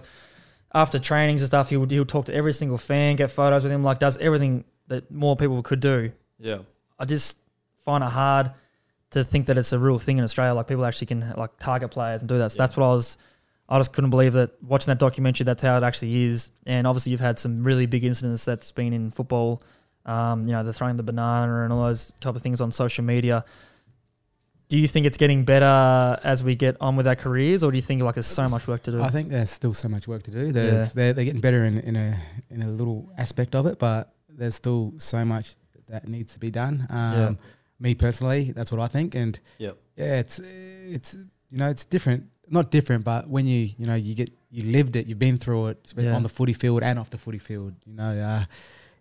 S1: after trainings and stuff, he would he'll talk to every single fan, get photos with him, like does everything that more people could do.
S2: Yeah.
S1: I just find it hard to think that it's a real thing in Australia. Like people actually can like target players and do that. So
S2: Yeah.
S1: that's what I was. I just couldn't believe that watching that documentary. That's how it actually is. And obviously, you've had some really big incidents that's been in football. Um, you know, the throwing the banana and all those type of things on social media. Do you think it's getting better as we get on with our careers, or do you think like there's so much work to do?
S3: I think there's still so much work to do. There's,
S1: Yeah.
S3: they're, they're getting better in, in a in a little aspect of it, but there's still so much that needs to be done. Um,
S1: Yeah.
S3: Me personally, that's what I think, and
S2: Yep.
S3: yeah, it's it's you know it's different, not different, but when you you know you get you lived it, you've been through it it's been
S1: Yeah.
S3: on the footy field and off the footy field. You know, uh,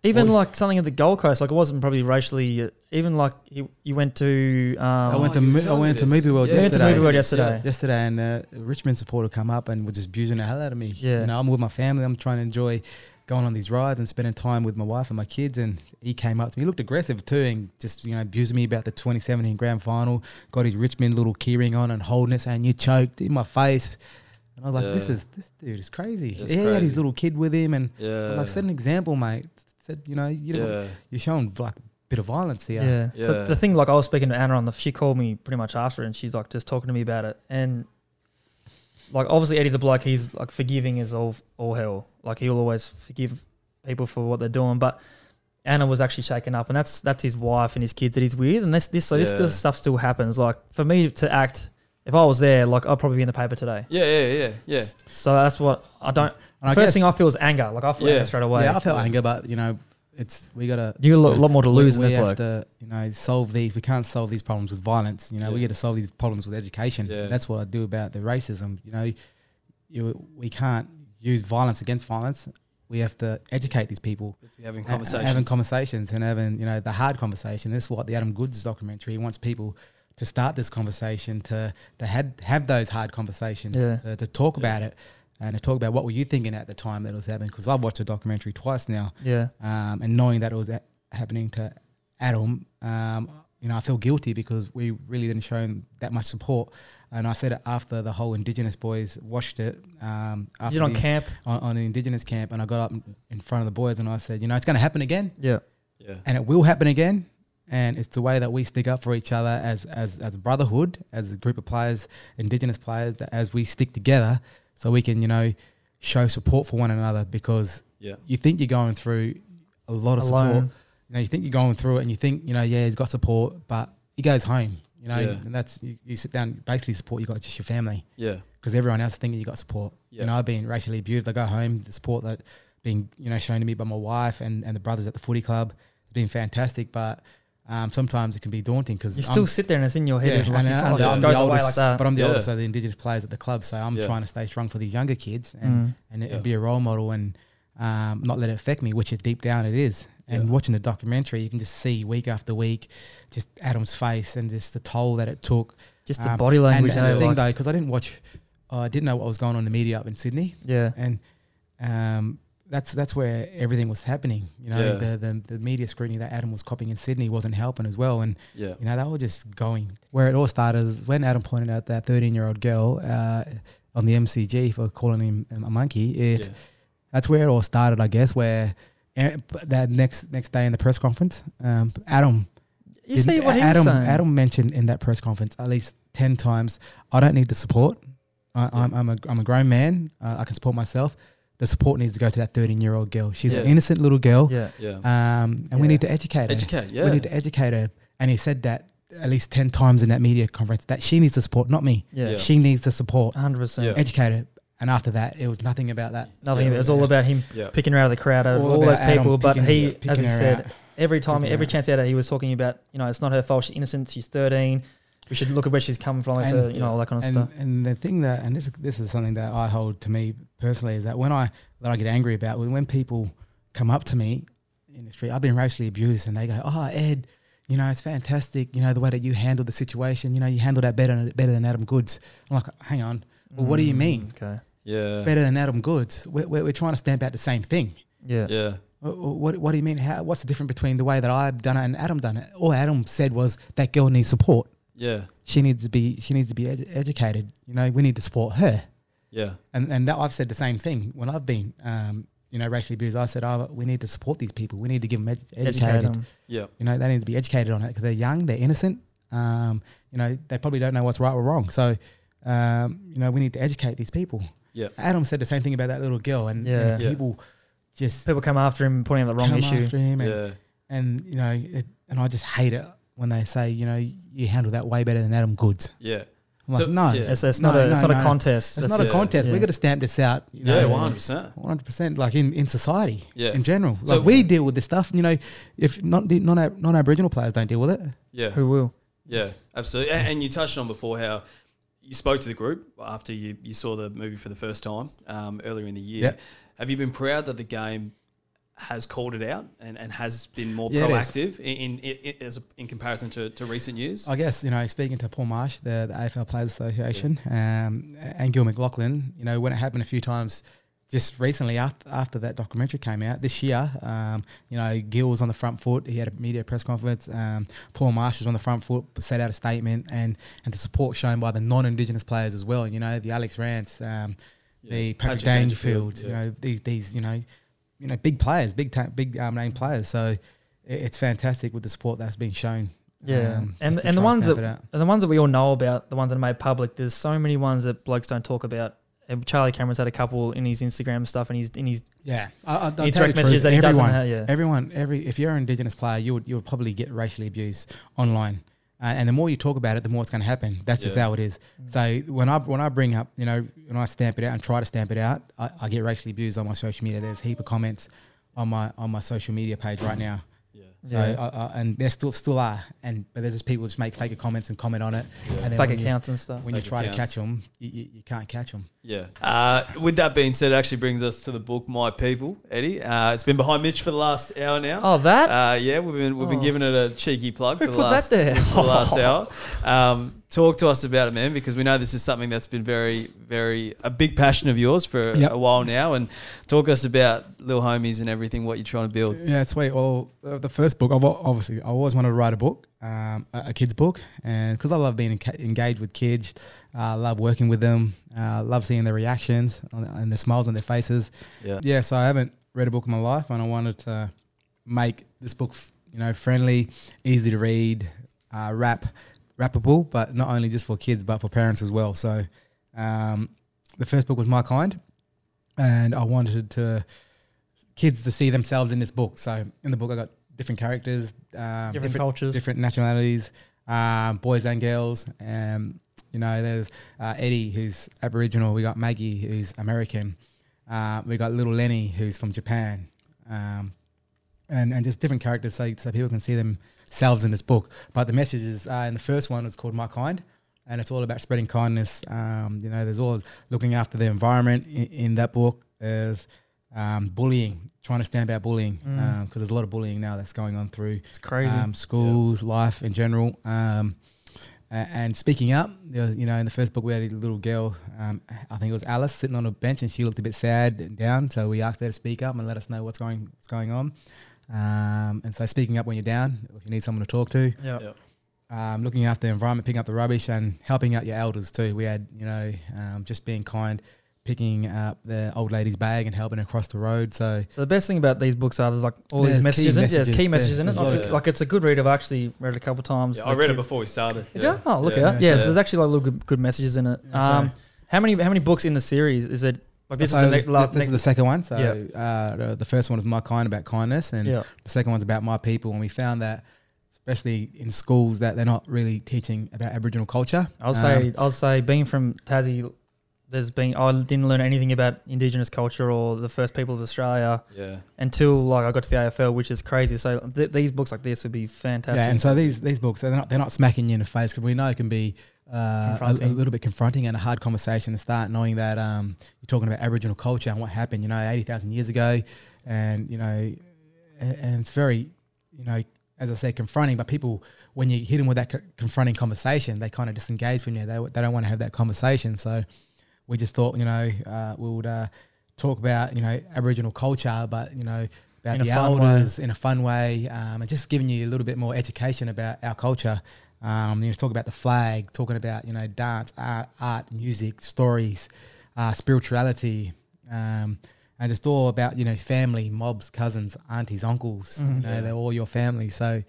S1: even
S3: Well,
S1: like something at the Gold Coast, like it wasn't probably racially. Even like you, you went to um,
S3: I went
S2: Oh,
S3: to
S2: you were
S3: mo- I
S2: telling
S3: went
S2: me
S3: to
S2: this.
S3: Movie World
S1: You went to
S3: yesterday.
S1: Movie World yesterday.
S3: yesterday, and uh, a Richmond supporter come up and was just abusing the hell out of me.
S1: Yeah.
S3: you know, I'm with my family. I'm trying to enjoy going on these rides and spending time with my wife and my kids. And he came up to me. He looked aggressive too, and just you know abusing me about the 2017 grand final. Got his Richmond little keyring on and holding it, saying you choked in my face. And I was like, this
S2: Yeah.
S3: is this dude is crazy.
S2: That's
S3: he had his
S2: crazy.
S3: little kid with him, and I
S2: Yeah.
S3: was like set an example, mate. Said you know you don't,
S2: yeah.
S3: you're showing like a bit of violence here.
S1: Yeah.
S2: Yeah.
S1: So the thing, like, I was speaking to Anna on the, she called me pretty much after, and she's like just talking to me about it, and like obviously Eddie the Bloke, he's like forgiving is all all hell. Like he'll always forgive people for what they're doing, but Anna was actually shaken up, and that's that's his wife and his kids that he's with, and this this so this
S2: Yeah.
S1: still, stuff still happens. Like for me to act, if I was there, like I'd probably be in the paper today.
S2: Yeah. Yeah. Yeah. Yeah.
S1: So that's what I don't.
S3: And I
S1: first
S3: guess-
S1: thing I feel is anger. Like I feel
S2: Yeah.
S1: anger straight away.
S3: Yeah, I felt anger, but you know, it's we gotta.
S1: you got a lot more to lose
S3: we,
S1: in
S3: we
S1: this bloke.
S3: have to, you know, solve these. We can't solve these problems with violence. You know, we
S2: Yeah.
S3: got to solve these problems with education.
S2: Yeah.
S3: That's what I do about the racism. You know, you, we can't use violence against violence. We have to educate these people.
S2: We're having
S3: Ha-
S2: conversations.
S3: Having conversations and having, you know, the hard conversation. This is what the Adam Goods documentary wants people to start this conversation, to to had, have those hard conversations,
S1: Yeah.
S3: to, to talk about it and to talk about what were you thinking at the time that it was happening. Because I've watched the documentary twice now
S1: yeah.
S3: um, and knowing that it was a- happening to Adam, um, you know, I feel guilty because we really didn't show him that much support. And I said it after the whole Indigenous boys watched it. Um, after
S1: You're on
S3: the-
S1: camp.
S3: on, on an Indigenous camp, and I got up in- in front of the boys and I said, you know, it's going to happen again,
S1: Yeah.
S2: yeah.
S3: and it will happen again. And it's the way that we stick up for each other as as as a brotherhood, as a group of players, Indigenous players, that as we stick together, so we can you know show support for one another because
S2: Yeah.
S3: you think you're going through a lot of support.
S1: Alone.
S3: You know, you think you're going through it, and you think, you know, yeah, he's got support, but he goes home. You know,
S2: Yeah.
S3: and that's you, you sit down, basically support you got just your family
S2: Yeah.
S3: because everyone else thinking you got support.
S2: Yeah.
S3: You know, I've been racially abused. I go home, the support that being you know shown to me by my wife and and the brothers at the footy club has been fantastic, but. Um, sometimes it can be daunting because
S1: You still sit there and it's in your head. it's like,
S3: and
S1: it's
S3: I'm
S1: not
S3: the-
S1: like
S3: I'm
S1: it
S3: the
S1: goes away like
S3: oldest,
S1: that.
S3: but I'm the
S2: Yeah.
S3: oldest of the indigenous players at the club, so I'm
S2: Yeah.
S3: trying to stay strong for these younger kids and
S1: Mm.
S3: and,
S2: Yeah.
S3: and be a role model and um, not let it affect me, which is deep down it is. And watching the documentary, you can just see week after week, just Adam's face and just the toll that it took.
S1: Just the
S3: Um,
S1: body language.
S3: And,
S1: eh,
S3: the thing
S1: like-
S3: though, because I didn't watch, uh, I didn't know what was going on in the media up in Sydney,
S1: yeah.
S3: and um, that's that's where everything was happening. You know,
S2: Yeah.
S3: the, the the media scrutiny that Adam was copying in Sydney wasn't helping as well, and
S2: Yeah.
S3: you know, they were just going. Where it all started is when Adam pointed out that 13 year old girl uh, on the MCG for calling him um, a monkey. It,
S2: Yeah.
S3: That's where it all started, I guess, where eh, but that next next day in the press conference, um, Adam,
S1: You
S3: didn't-
S1: see what he
S3: Adam,
S1: was saying.
S3: Adam mentioned in that press conference at least 10 times, I don't need the support. I, I'm, I'm, a, I'm a grown man. Uh, I can support myself. The support needs to go to that 13 year old girl. She's an
S2: Yeah.
S3: innocent little girl.
S1: Yeah.
S2: Yeah.
S3: Um, and we
S1: Yeah.
S3: need to educate her
S2: Educate. Yeah.
S3: we need to educate her. And he said that at least 10 times in that media conference that she needs the support, not me.
S1: Yeah.
S2: Yeah.
S3: She needs the support.
S1: 100%.
S2: Yeah.
S3: Educate her. And after that, it was nothing about that.
S1: Nothing.
S3: Yeah.
S1: it was all about him
S2: yeah.
S1: picking her out of the crowd, out of all,
S3: All about
S1: those
S3: Adam
S1: people. But
S3: picking-
S1: he,
S3: picking
S1: as he
S3: her
S1: said,
S3: out.
S1: every time,
S3: Picking her
S1: every
S3: out.
S1: chance he had, he was talking about, you know, it's not her fault. She's innocent. She's 13. We should look at where she's coming from. so,
S3: And-
S1: you know, all that kind of
S3: And,
S1: stuff.
S3: and the thing that, and this, this is something that I hold to me personally, is that when I, that I get angry about, when when people come up to me in the street, I've been racially abused and they go, oh, Ed, you know, it's fantastic. You know, the way that you handled the situation, you know, you handled that better, better than Adam Goods. I'm like, hang on, well, what do you
S1: Mm,
S3: mean?
S1: Okay.
S2: Yeah.
S3: better than Adam Goods? We're, we're, we're trying to stamp out the same thing.
S1: Yeah.
S2: Yeah.
S3: What, what, what do you mean? How, what's the difference between the way that I've done it and Adam done it? All Adam said was that girl needs support.
S2: Yeah.
S3: She needs to be she needs to be edu- educated. You know, we need to support her.
S2: Yeah.
S3: And and that I've said the same thing when I've been um, you know racially abused. I said, oh, we need to support these people. We need to give them edu- educated.
S1: Educate them.
S2: Yeah.
S3: You know, they need to be educated on it because they're young, they're innocent. Um, you know, they probably don't know what's right or wrong. So, um, you know, we need to educate these people.
S2: Yeah.
S3: Adam said the same thing about that little girl, and,
S1: Yeah.
S3: and
S2: Yeah.
S3: people just
S1: People come after him, pointing out the wrong
S3: come
S1: issue.
S3: after him, and,
S2: Yeah.
S3: and you know, it, and I just hate it when they say, you know, you handle that way better than Adam Goods.
S2: Yeah.
S3: I'm
S2: So,
S3: like, no,
S2: yeah.
S1: It's, it's
S3: No,
S1: not, a, it's
S3: no,
S1: not a
S3: no.
S1: contest.
S3: it's
S1: That's
S3: not a
S1: just-
S3: contest.
S1: yeah.
S3: We're going to stamp this out. You
S2: Yeah.
S3: know,
S2: One hundred percent.
S3: 100% like in, in society
S2: Yeah.
S3: in general like
S2: So-
S3: we deal with this stuff you know if not the non, non-aboriginal players don't deal with it
S2: Yeah.
S1: Who will?
S2: Yeah, absolutely. A- And you touched on before how you spoke to the group after you, you saw the movie for the first time um, earlier in the year.
S3: Yeah.
S2: Have you been proud that the game has called it out and, and has been more
S3: Yeah, it is.
S2: proactive in, in, in, as a, in comparison to, to recent years?
S3: I guess you know, speaking to Paul Marsh, the, the AFL Players Association, um, and Gil McLaughlin, you know, when it happened a few times, just recently after after that documentary came out this year, um, you know, Gil was on the front foot. He had a media press conference. Um, Paul Marsh was on the front foot, set out a statement, and and the support shown by the non-Indigenous players as well. You know, the Alex Rance, um, the
S2: Yeah.
S3: Patrick
S2: Patrick
S3: Dangerfield,
S2: Dangerfield,
S3: you
S2: yeah.
S3: know, these these you know, you know, big players, big ta- big um, name players. So. it- It's fantastic with the support that's been shown.
S1: Yeah.
S3: um,
S1: and
S3: just to
S1: and the
S3: try
S1: ones
S3: stamp
S1: that
S3: it out.
S1: and the ones that we all know about, the ones that are made public, there's so many ones that blokes don't talk about. And Charlie Cameron's had a couple in his Instagram stuff and he's in his
S3: Yeah, I, I, I'll tell
S1: his
S3: you
S1: direct
S3: the
S1: messages
S3: truth,
S1: that he doesn't
S3: everyone,
S1: have. Yeah.
S3: everyone, every if you're an Indigenous player, you would you would probably get racially abused online, uh, and the more you talk about it, the more it's going to happen. That's just
S2: Yeah.
S3: how it is.
S1: Mm.
S3: So when I when I bring up, you know, when I stamp it out and try to stamp it out, I, I get racially abused on my social media. There's a heap of comments on my on my social media page right now.
S2: Yeah.
S3: So
S1: Yeah.
S3: I, I, and there still still are, and but there's just people just make fake comments and comment on it, and then
S1: Fake
S3: when you-
S1: accounts and stuff.
S3: When you
S2: Fake
S3: try to
S2: accounts.
S3: catch them, you, you, you can't catch them.
S2: Yeah. Uh, with that being said, it actually brings us to the book My People, Eddie. Uh, it's been behind Mitch for the last hour now.
S1: Oh, that? Oh.
S2: Uh, yeah, we've been we've been giving it a cheeky plug for the
S1: put that
S2: last
S1: there?
S2: for the last hour. Um, talk to us about it, man, because we know this is something that's been very very a big passion of yours for
S3: Yep.
S2: a while now. And talk us about little homies and everything what you're trying to build.
S3: Yeah, it's sweet. Well, uh, the first book, I've al- obviously, I always wanted to write a book, um, a, a kid's book, and because I love being enca- engaged with kids, I love working with them, uh, love seeing their reactions on- and the smiles on their faces.
S2: Yeah,
S3: Yeah, so I haven't read a book in my life, and I wanted to make this book, f- you know, friendly, easy to read, uh, rap, rappable, but not only just for kids, but for parents as well. So, um, the first book was My Kind, and I wanted to kids to see themselves in this book. So, in the book, I got different characters, um,
S1: different, cultures.
S3: different nationalities, um, boys and girls. Um, you know, there's uh, Eddie who's Aboriginal. We got Maggie who's American. Uh, we got little Lenny who's from Japan. Um, and, and just different characters so, so people can see themselves in this book. But the message is, uh, in the first one was called My Kind. And it's all about spreading kindness. Um, you know, there's always looking after the environment in, in that book. There's um, bullying, trying to stand about bullying, because there's a lot of bullying now that's going on through
S1: It's crazy.
S3: um, schools, life in general, um, a- and speaking up. There was, you know, in the first book, we had a little girl, um, I think it was Alice, sitting on a bench, and she looked a bit sad and down. So we asked her to speak up and let us know what's going what's going on. Um, and so speaking up when you're down, if you need someone to talk to,
S1: yeah.
S2: Yeah.
S3: um, looking after the environment, picking up the rubbish, and helping out your elders too. We had, you know, um, just being kind, picking up the old lady's bag and helping her cross the road. So
S1: So the best thing about these books are there's like all these
S3: There's key
S1: messages in it. Yeah, there's key messages
S3: messages.
S1: in it.
S3: There's
S2: a lot
S1: Like,
S2: of-
S1: like it's a good read. I've actually read it a couple times.
S2: Yeah,
S1: for
S2: I
S1: the
S2: read it
S1: kids.
S2: before we started.
S1: Did ya? Oh, look at that.
S3: Yeah,
S1: Yeah,
S3: so-
S1: so there's actually like little good, good messages in it.
S3: Yeah, so-
S1: Um, how many how many books in the series is it? Like this
S3: So
S1: is the next last.
S3: this
S1: next,
S3: is the second one. So uh, the- the first one is my kind about kindness, and
S1: yeah,
S3: the second one's about my people. And we found that, especially in schools, that they're not really teaching about Aboriginal culture.
S1: I'll
S3: Um,
S1: say I'll say being from Tassie, there's been I didn't learn anything about Indigenous culture or the first people of Australia
S2: Yeah.
S1: until like I got to the AFL, which is crazy. So th- these books like this would be fantastic.
S3: Yeah, and so these these books they're not they're not smacking you in the face because we know it can be uh, a, a
S1: Confronting.
S3: little bit confronting and a hard conversation to start knowing that um, you're talking about Aboriginal culture and what happened you know eighty thousand years ago, and you know, a- and, it's very you know as I said confronting, but people when you hit them with that co- confronting conversation they kind of disengage from you they they don't want to have that conversation so we just thought you know uh, we would uh, talk about you know Aboriginal culture but you know about
S1: In a
S3: the
S1: fun way.
S3: elders in a fun way um, and just giving you a little bit more education about our culture. Um, you know, talk about the flag, talking about you know dance, art, art music, stories, uh, spirituality, um, and just all about you know family, mobs, cousins, aunties, uncles.
S2: Mm-hmm.
S3: You know, they're all your family. So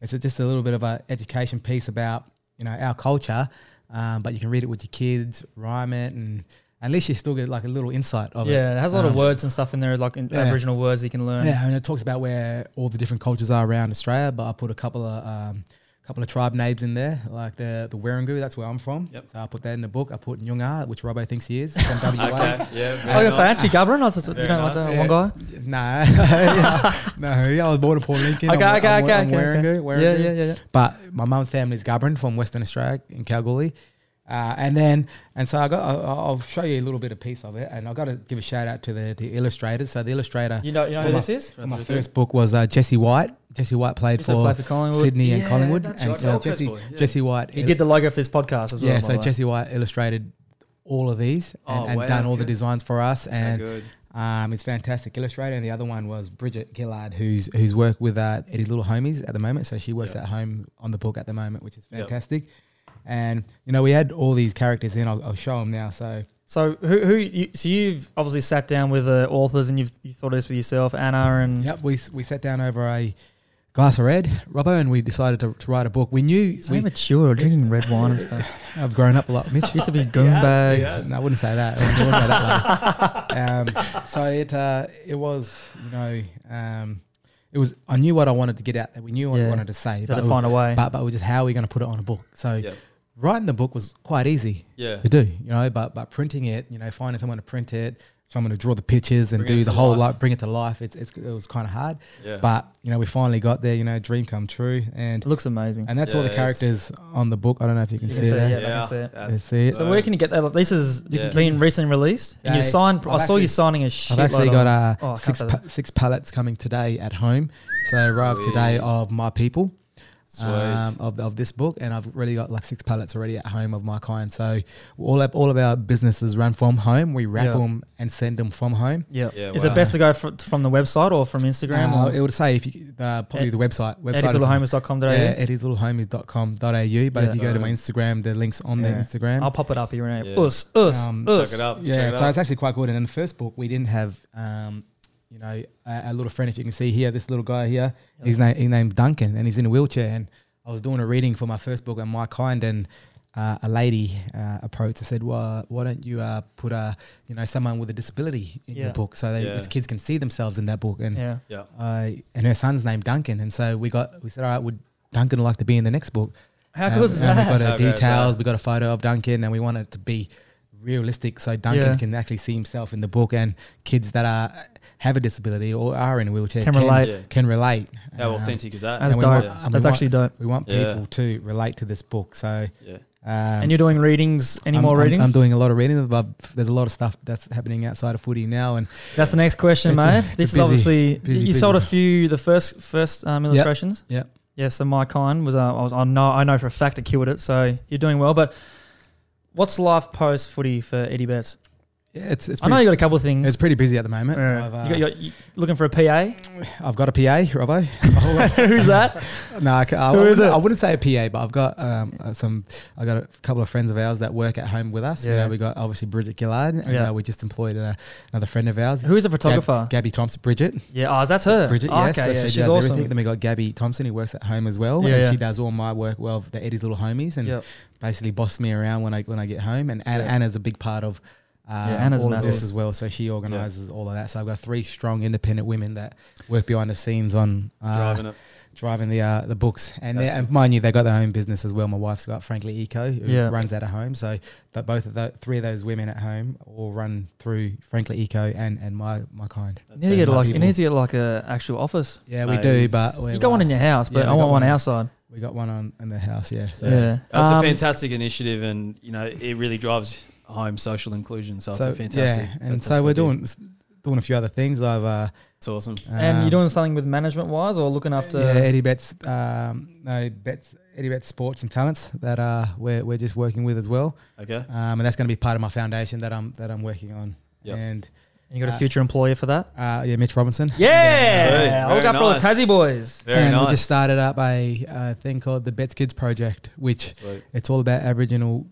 S3: it's a, just a little bit of a education piece about you know our culture, um, but you can read it with your kids, rhyme it, and at least you still get like a little insight of it.
S1: yeah, it has a lot of
S3: Um,
S1: words and stuff in there, like in
S3: yeah.
S1: Aboriginal words you can learn.
S3: Yeah, and it talks about where all the different cultures are around Australia, but I put a couple of um, couple of tribe names in there, like the the Wirangu, that's where I'm from.
S2: Yep.
S3: So I put that in the book. I put Nyungar, which Robbo thinks he is from WA.
S2: Okay. Yeah.
S1: I was
S2: very
S1: gonna say
S2: nice.
S1: anti Gabron. I just- You
S2: Very
S1: don't like
S2: nice.
S1: that
S3: Yeah.
S1: one guy.
S3: No, no, I was born in Port Lincoln.
S1: Okay,
S3: I'm,
S1: okay,
S3: I'm,
S1: okay,
S3: I'm
S1: okay,
S3: Wirangu,
S1: okay. Yeah,
S3: Wirangu.
S1: yeah, yeah, yeah.
S3: But my mum's family is Gabron from Western Australia in Kalgoorlie. Uh, and then, and so I got. I- I'll show you a little bit of piece of it, and I got to give a shout out to the the illustrators. So the illustrator,
S1: You know, you know
S3: Come
S1: who
S3: on.
S1: this is?
S3: my first book was uh, Jesse White. Jesse White played
S1: He still
S3: for
S1: played for Collingwood.
S3: Sydney
S2: Yeah,
S3: and Collingwood,
S2: that's
S3: and
S2: right,
S3: so
S2: Gold Coast
S3: Jesse,
S2: boy, yeah.
S3: Jesse White.
S1: He did the logo for this podcast as well.
S3: yeah,
S1: by
S3: so
S1: the way.
S3: Jesse White illustrated all of these and,
S2: Oh,
S3: and
S2: wow,
S3: done all the
S2: okay.
S3: designs for us, and
S2: good.
S3: um, he's a fantastic illustrator. And the other one was Bridget Gillard, who's who's worked with uh, Eddie Little Homies at the moment. So she works
S2: Yep.
S3: at home on the book at the moment, which is
S2: Yep.
S3: fantastic. And you know, we had all these characters in. I'll, I'll show them now. So
S1: So who who you, so you've obviously sat down with the authors and you've you thought of this for yourself, Anna and
S3: Yep, we, s- we sat down over a glass of red, Robbo, and we decided to, to write a book. We knew
S1: so
S3: we,
S1: mature, drinking red wine and stuff.
S3: I've grown up a lot, Mitch.
S1: Used to be
S2: goonbags.
S1: goonbags.
S2: yeah.
S3: No, I wouldn't say that. I wouldn't say that um, so it uh, it was you know um, it was I knew what I wanted to get out there. We knew what
S1: Yeah.
S3: I wanted to say,
S1: So
S3: but,
S1: to
S3: we,
S1: find a way.
S3: but but we just how are we going to put it on a book? So
S2: Yep.
S3: writing the book was quite easy
S2: Yeah.
S3: to do, you know. But but printing it, you know, finding someone to print it, someone to draw the pictures and
S2: Bring it
S3: do
S2: to
S3: the whole
S2: life.
S3: lot, bring it to life. It's, it's it was kind of hard,
S2: Yeah.
S3: but you know, we finally got there. You know, dream come true, and
S1: It looks amazing.
S3: and that's all
S2: Yeah,
S3: the
S2: it's-
S3: characters on the book. I don't know if you can
S1: You
S3: see
S1: can see it,
S3: that.
S1: yeah. I can see it.
S3: You
S2: that's-
S3: see it.
S1: so where can you get that? Like, this is
S2: You can-
S1: being recently released, and you
S3: Yeah,
S1: signed. I
S3: I've
S1: saw you
S3: actually-
S1: signing a shit.
S3: I've actually got uh,
S1: Oh, I can't
S3: six
S1: say
S3: pa- six pallets coming today at home. So I arrived today
S2: Sweet.
S3: of my people
S2: Sweet.
S3: um, of, of this book, and I've really got like six pallets already at home of my kind. So all of, all of our businesses run from home. We wrap
S1: Yeah.
S3: them and send them from home.
S1: yeah.
S2: Yeah,
S1: Is
S2: wow.
S1: it best to go fr- from the website or from Instagram
S3: Uh, it
S1: or
S3: would say if you uh, probably
S1: Ed-
S3: the website website is-
S1: eddieslittlehomies.com.au?
S3: yeah, eddieslittlehomies.com.au. But
S1: Yeah.
S3: if you go to my Instagram, the links on the
S1: Yeah.
S3: Instagram.
S1: I'll pop it up here. Right?
S2: Yeah.
S1: Us, us,
S3: Um,
S1: us.
S2: Check it up.
S3: Yeah,
S2: Oh, Check it
S3: so
S2: out.
S3: it's actually quite good. And in the first book, we didn't have, um, you know, a, a little friend. If you can see here, this little guy here, his name he named Duncan, and he's in a wheelchair. And I was doing a reading for my first book, and my kind and. Uh, a lady uh, approached and said, "Well, why don't you uh, put a, you know, someone with a disability in
S1: Yeah.
S3: your book so that
S2: Yeah.
S3: kids can see themselves in that book?" And
S1: Yeah.
S2: Yeah.
S3: uh, and her son's named Duncan, and so we got we said, "All right, would Duncan like to be in the next book?"
S1: How
S3: Um,
S1: cool is
S3: and
S1: that?
S3: We got
S2: How
S3: her
S2: good is
S3: details.
S2: that?
S3: We got a photo of Duncan, and we want it to be realistic so Duncan
S1: Yeah.
S3: can actually see himself in the book, and kids that are have a disability or are in a wheelchair
S1: Can
S3: can,
S1: relate.
S2: Yeah.
S3: can relate.
S2: How
S3: Um,
S2: authentic is that?
S1: That's
S3: we
S1: dope.
S3: want-
S2: Yeah.
S3: and we
S1: That's
S3: want-
S1: actually dope.
S3: We want
S2: Yeah.
S3: people to relate to this book, so
S2: Yeah.
S3: Um,
S1: and you're doing readings. Any
S3: I'm-
S1: more
S3: I'm-
S1: readings?
S3: I'm doing a lot of reading. But there's a lot of stuff that's happening outside of footy now, and
S1: That's the next question,
S3: It's a-
S1: mate.
S3: it's a
S1: this is
S3: busy-
S1: obviously
S3: busy,
S1: you
S3: busy
S1: sold a
S3: one.
S1: few the first first um, illustrations.
S3: yep.
S1: Yeah. So my kind was uh, I was I know I know for a fact it killed it. So you're doing well. But what's life post footy for Eddie Betts?
S3: yeah, it's it's
S1: I know
S3: pretty,
S1: you got a couple of things.
S3: it's pretty busy at the moment.
S1: Yeah.
S3: I've, uh,
S1: you got, your- you- looking for a PA?
S3: I've got a PA, Robbo.
S1: Who's that?
S3: No, I, ca- I,
S1: Who is
S3: wouldn't,
S1: it?
S3: I wouldn't say a PA, but I've got um, uh, some. I got a couple of friends of ours that work at home with us.
S1: Yeah.
S3: You know, we got obviously Bridget Gillard, and
S1: Yeah.
S3: uh, we just employed uh, another friend of ours,
S1: Who's a photographer?
S3: Gabby Thompson. Bridget,
S1: yeah. Oh, that's her.
S3: Bridget,
S1: Oh,
S3: yes,
S1: okay.
S3: so
S1: yeah,
S3: she
S1: she's
S3: does
S1: awesome.
S3: everything. Then we got Gabby Thompson, who works at home as well,
S1: Yeah,
S3: and
S1: yeah.
S3: she does all my work well, the Eddie's little homies, and
S1: Yep.
S3: basically boss me around when I when I get home. And Anna,
S1: Yeah.
S3: Anna's a big part of um,
S1: Anna's
S3: all of this
S1: massive.
S3: as well. So she organises all of that. So I've got three strong, independent women that work behind the scenes on uh,
S2: driving it.
S3: driving the uh, the books, and, they,
S2: That's
S3: and mind you, they got their own business as well. My wife's got Frankly Eco, who
S1: Yeah.
S3: runs that at home. So that both of the three of those women at home all run through Frankly Eco and and my my kind.
S1: You
S2: That's
S1: need, to get
S3: fantastic.
S1: like, you
S3: People.
S1: need to get like a actual office.
S3: Yeah, we
S2: Mate,
S3: do,
S2: it's-
S3: but
S2: You
S3: we're,
S1: You got one
S3: uh,
S1: in your house, but
S3: yeah,
S1: I
S3: we
S1: want
S3: got
S1: one
S3: one.
S1: outside.
S3: we got one on in the house. Yeah, so
S1: yeah.
S2: That's
S1: Um,
S2: a fantastic initiative, and you know it really drives home social inclusion. So,
S3: So,
S2: it's a fantastic.
S3: Yeah, and
S2: fantastic
S3: so we're
S2: idea.
S3: doing doing a few other things. I've uh,
S2: It's awesome.
S1: And
S3: um,
S1: you're doing something with management wise or looking after.
S3: yeah, Eddie Betts, um, no Betts, Eddie Betts Sports and Talents that uh, we're we're just working with as well,
S2: Okay.
S3: um, and that's going to be part of my foundation that I'm that I'm working on.
S2: Yep.
S3: And
S1: You got a
S3: Uh,
S1: future employer for that?
S3: uh, yeah, Mitch Robinson.
S2: Sweet.
S1: Yeah, I look
S2: Very
S1: up for all the
S2: nice.
S1: Tassie boys.
S2: Very
S3: and
S2: nice.
S3: we just started up a, uh thing called the Bets Kids Project, which
S2: Sweet.
S3: it's all about Aboriginal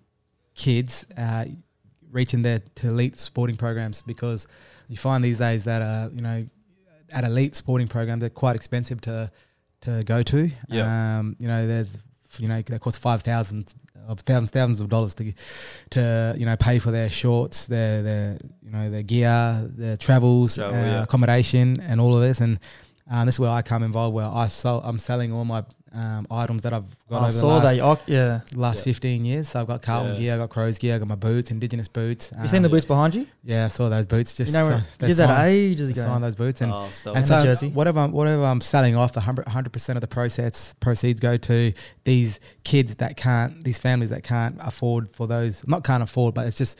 S3: kids uh, reaching their to elite sporting programs because you find these days that uh, you know at elite sporting programs they're quite expensive to to go to.
S2: Yeah.
S3: Um, you know, there's you know they cost five thousand of thousands thousands of dollars to to you know pay for their shorts, their their you know their gear, their travels,
S2: Travel,
S3: uh,
S2: yeah.
S3: accommodation, and all of this. And uh, this is where I come involved, where I sell, I'm selling all my um, items that I've
S1: I
S3: got over the
S1: saw
S3: last
S1: that. Oh, yeah.
S3: last
S2: Yeah.
S3: 15 years. So I've got Carlton
S2: Yeah.
S3: gear, I've got Crows gear, I've got my boots, Indigenous boots.
S1: You seen the
S3: Um,
S1: boots behind you?
S3: Yeah, I saw those boots. Just
S1: you know,
S3: so-
S1: you
S3: they
S1: did that
S3: signed-
S1: ages
S3: they
S1: ago.
S3: signed those boots. And,
S2: oh, so
S3: and
S1: the
S3: so
S1: jersey.
S3: whatever, I'm, whatever I'm selling off, the 100% of the proceeds, proceeds go to these kids that can't, these families that can't afford for those, not can't afford, but it's just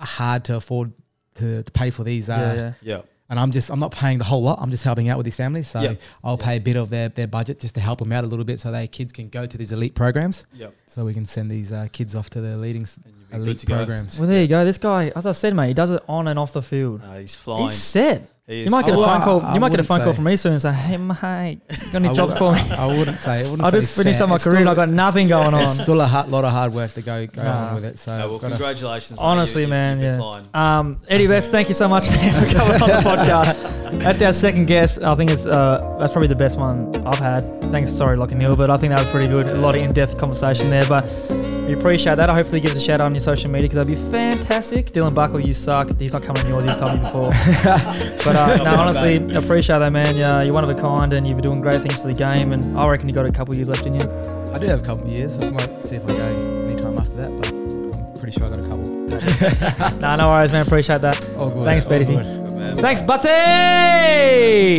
S3: uh, hard to afford to, to pay for these. Uh,
S1: yeah, yeah.
S2: yeah,
S3: And I'm just, I'm not paying the whole lot. I'm just helping out with these families. So
S2: Yeah.
S3: I'll
S2: Yeah.
S3: pay a bit of their, their budget just to help them out a little bit so their kids can go to these elite programs
S2: yeah.
S3: so we can send these uh, kids off to the leading s-
S2: And you've been good
S3: elite
S2: to go.
S3: programs.
S1: Well, there you go. This guy, as I said, mate, he does it on and off the field.
S2: No, Ah, he's flying.
S1: He's set.
S2: he
S1: You
S2: is
S1: might get a
S3: Oh,
S1: phone
S3: I-
S1: call.
S3: I
S1: you might get a
S3: wouldn't
S1: phone call
S3: say.
S1: from me soon and say, "Hey, mate, got
S3: I
S1: any jobs
S3: wouldn't-
S1: for me?"
S3: I wouldn't say. I, wouldn't
S1: I
S3: say
S1: just finished
S3: sad.
S1: up my
S3: It's
S1: career and I got nothing going
S3: Still, it's
S1: on.
S3: still a hard, lot of hard work to go, go
S1: Nah.
S3: on with it. So
S2: No, Ah, well,
S3: I've got to-
S2: congratulations. mate.
S1: Honestly,
S2: You've-
S1: man,
S2: you've been
S1: yeah.
S2: flying.
S1: Um, Eddie Best, thank you so much for coming on the podcast. That's our second guest. I think it's uh, that's probably the best one I've had. Thanks, sorry, Lockie Neal, but I think that was pretty good. A lot of in-depth conversation there, but we appreciate that. I hopefully give us a shout out on your social media because that'd be fantastic. Dylan Buckley, you suck. He's not coming on yours. He's told me before. but uh, no, honestly, appreciate that, man. Yeah, you're one of a kind, and you've been doing great things for the game. And I reckon you got a couple years left in you.
S3: I do have a couple of years. I might see if I go anytime after that, but I'm pretty sure I got a couple.
S1: Nah, no worries, man. Appreciate that.
S3: All good.
S1: Thanks,
S3: all
S1: Betty.
S2: Good
S3: good.
S2: man.
S1: Thanks, Butty.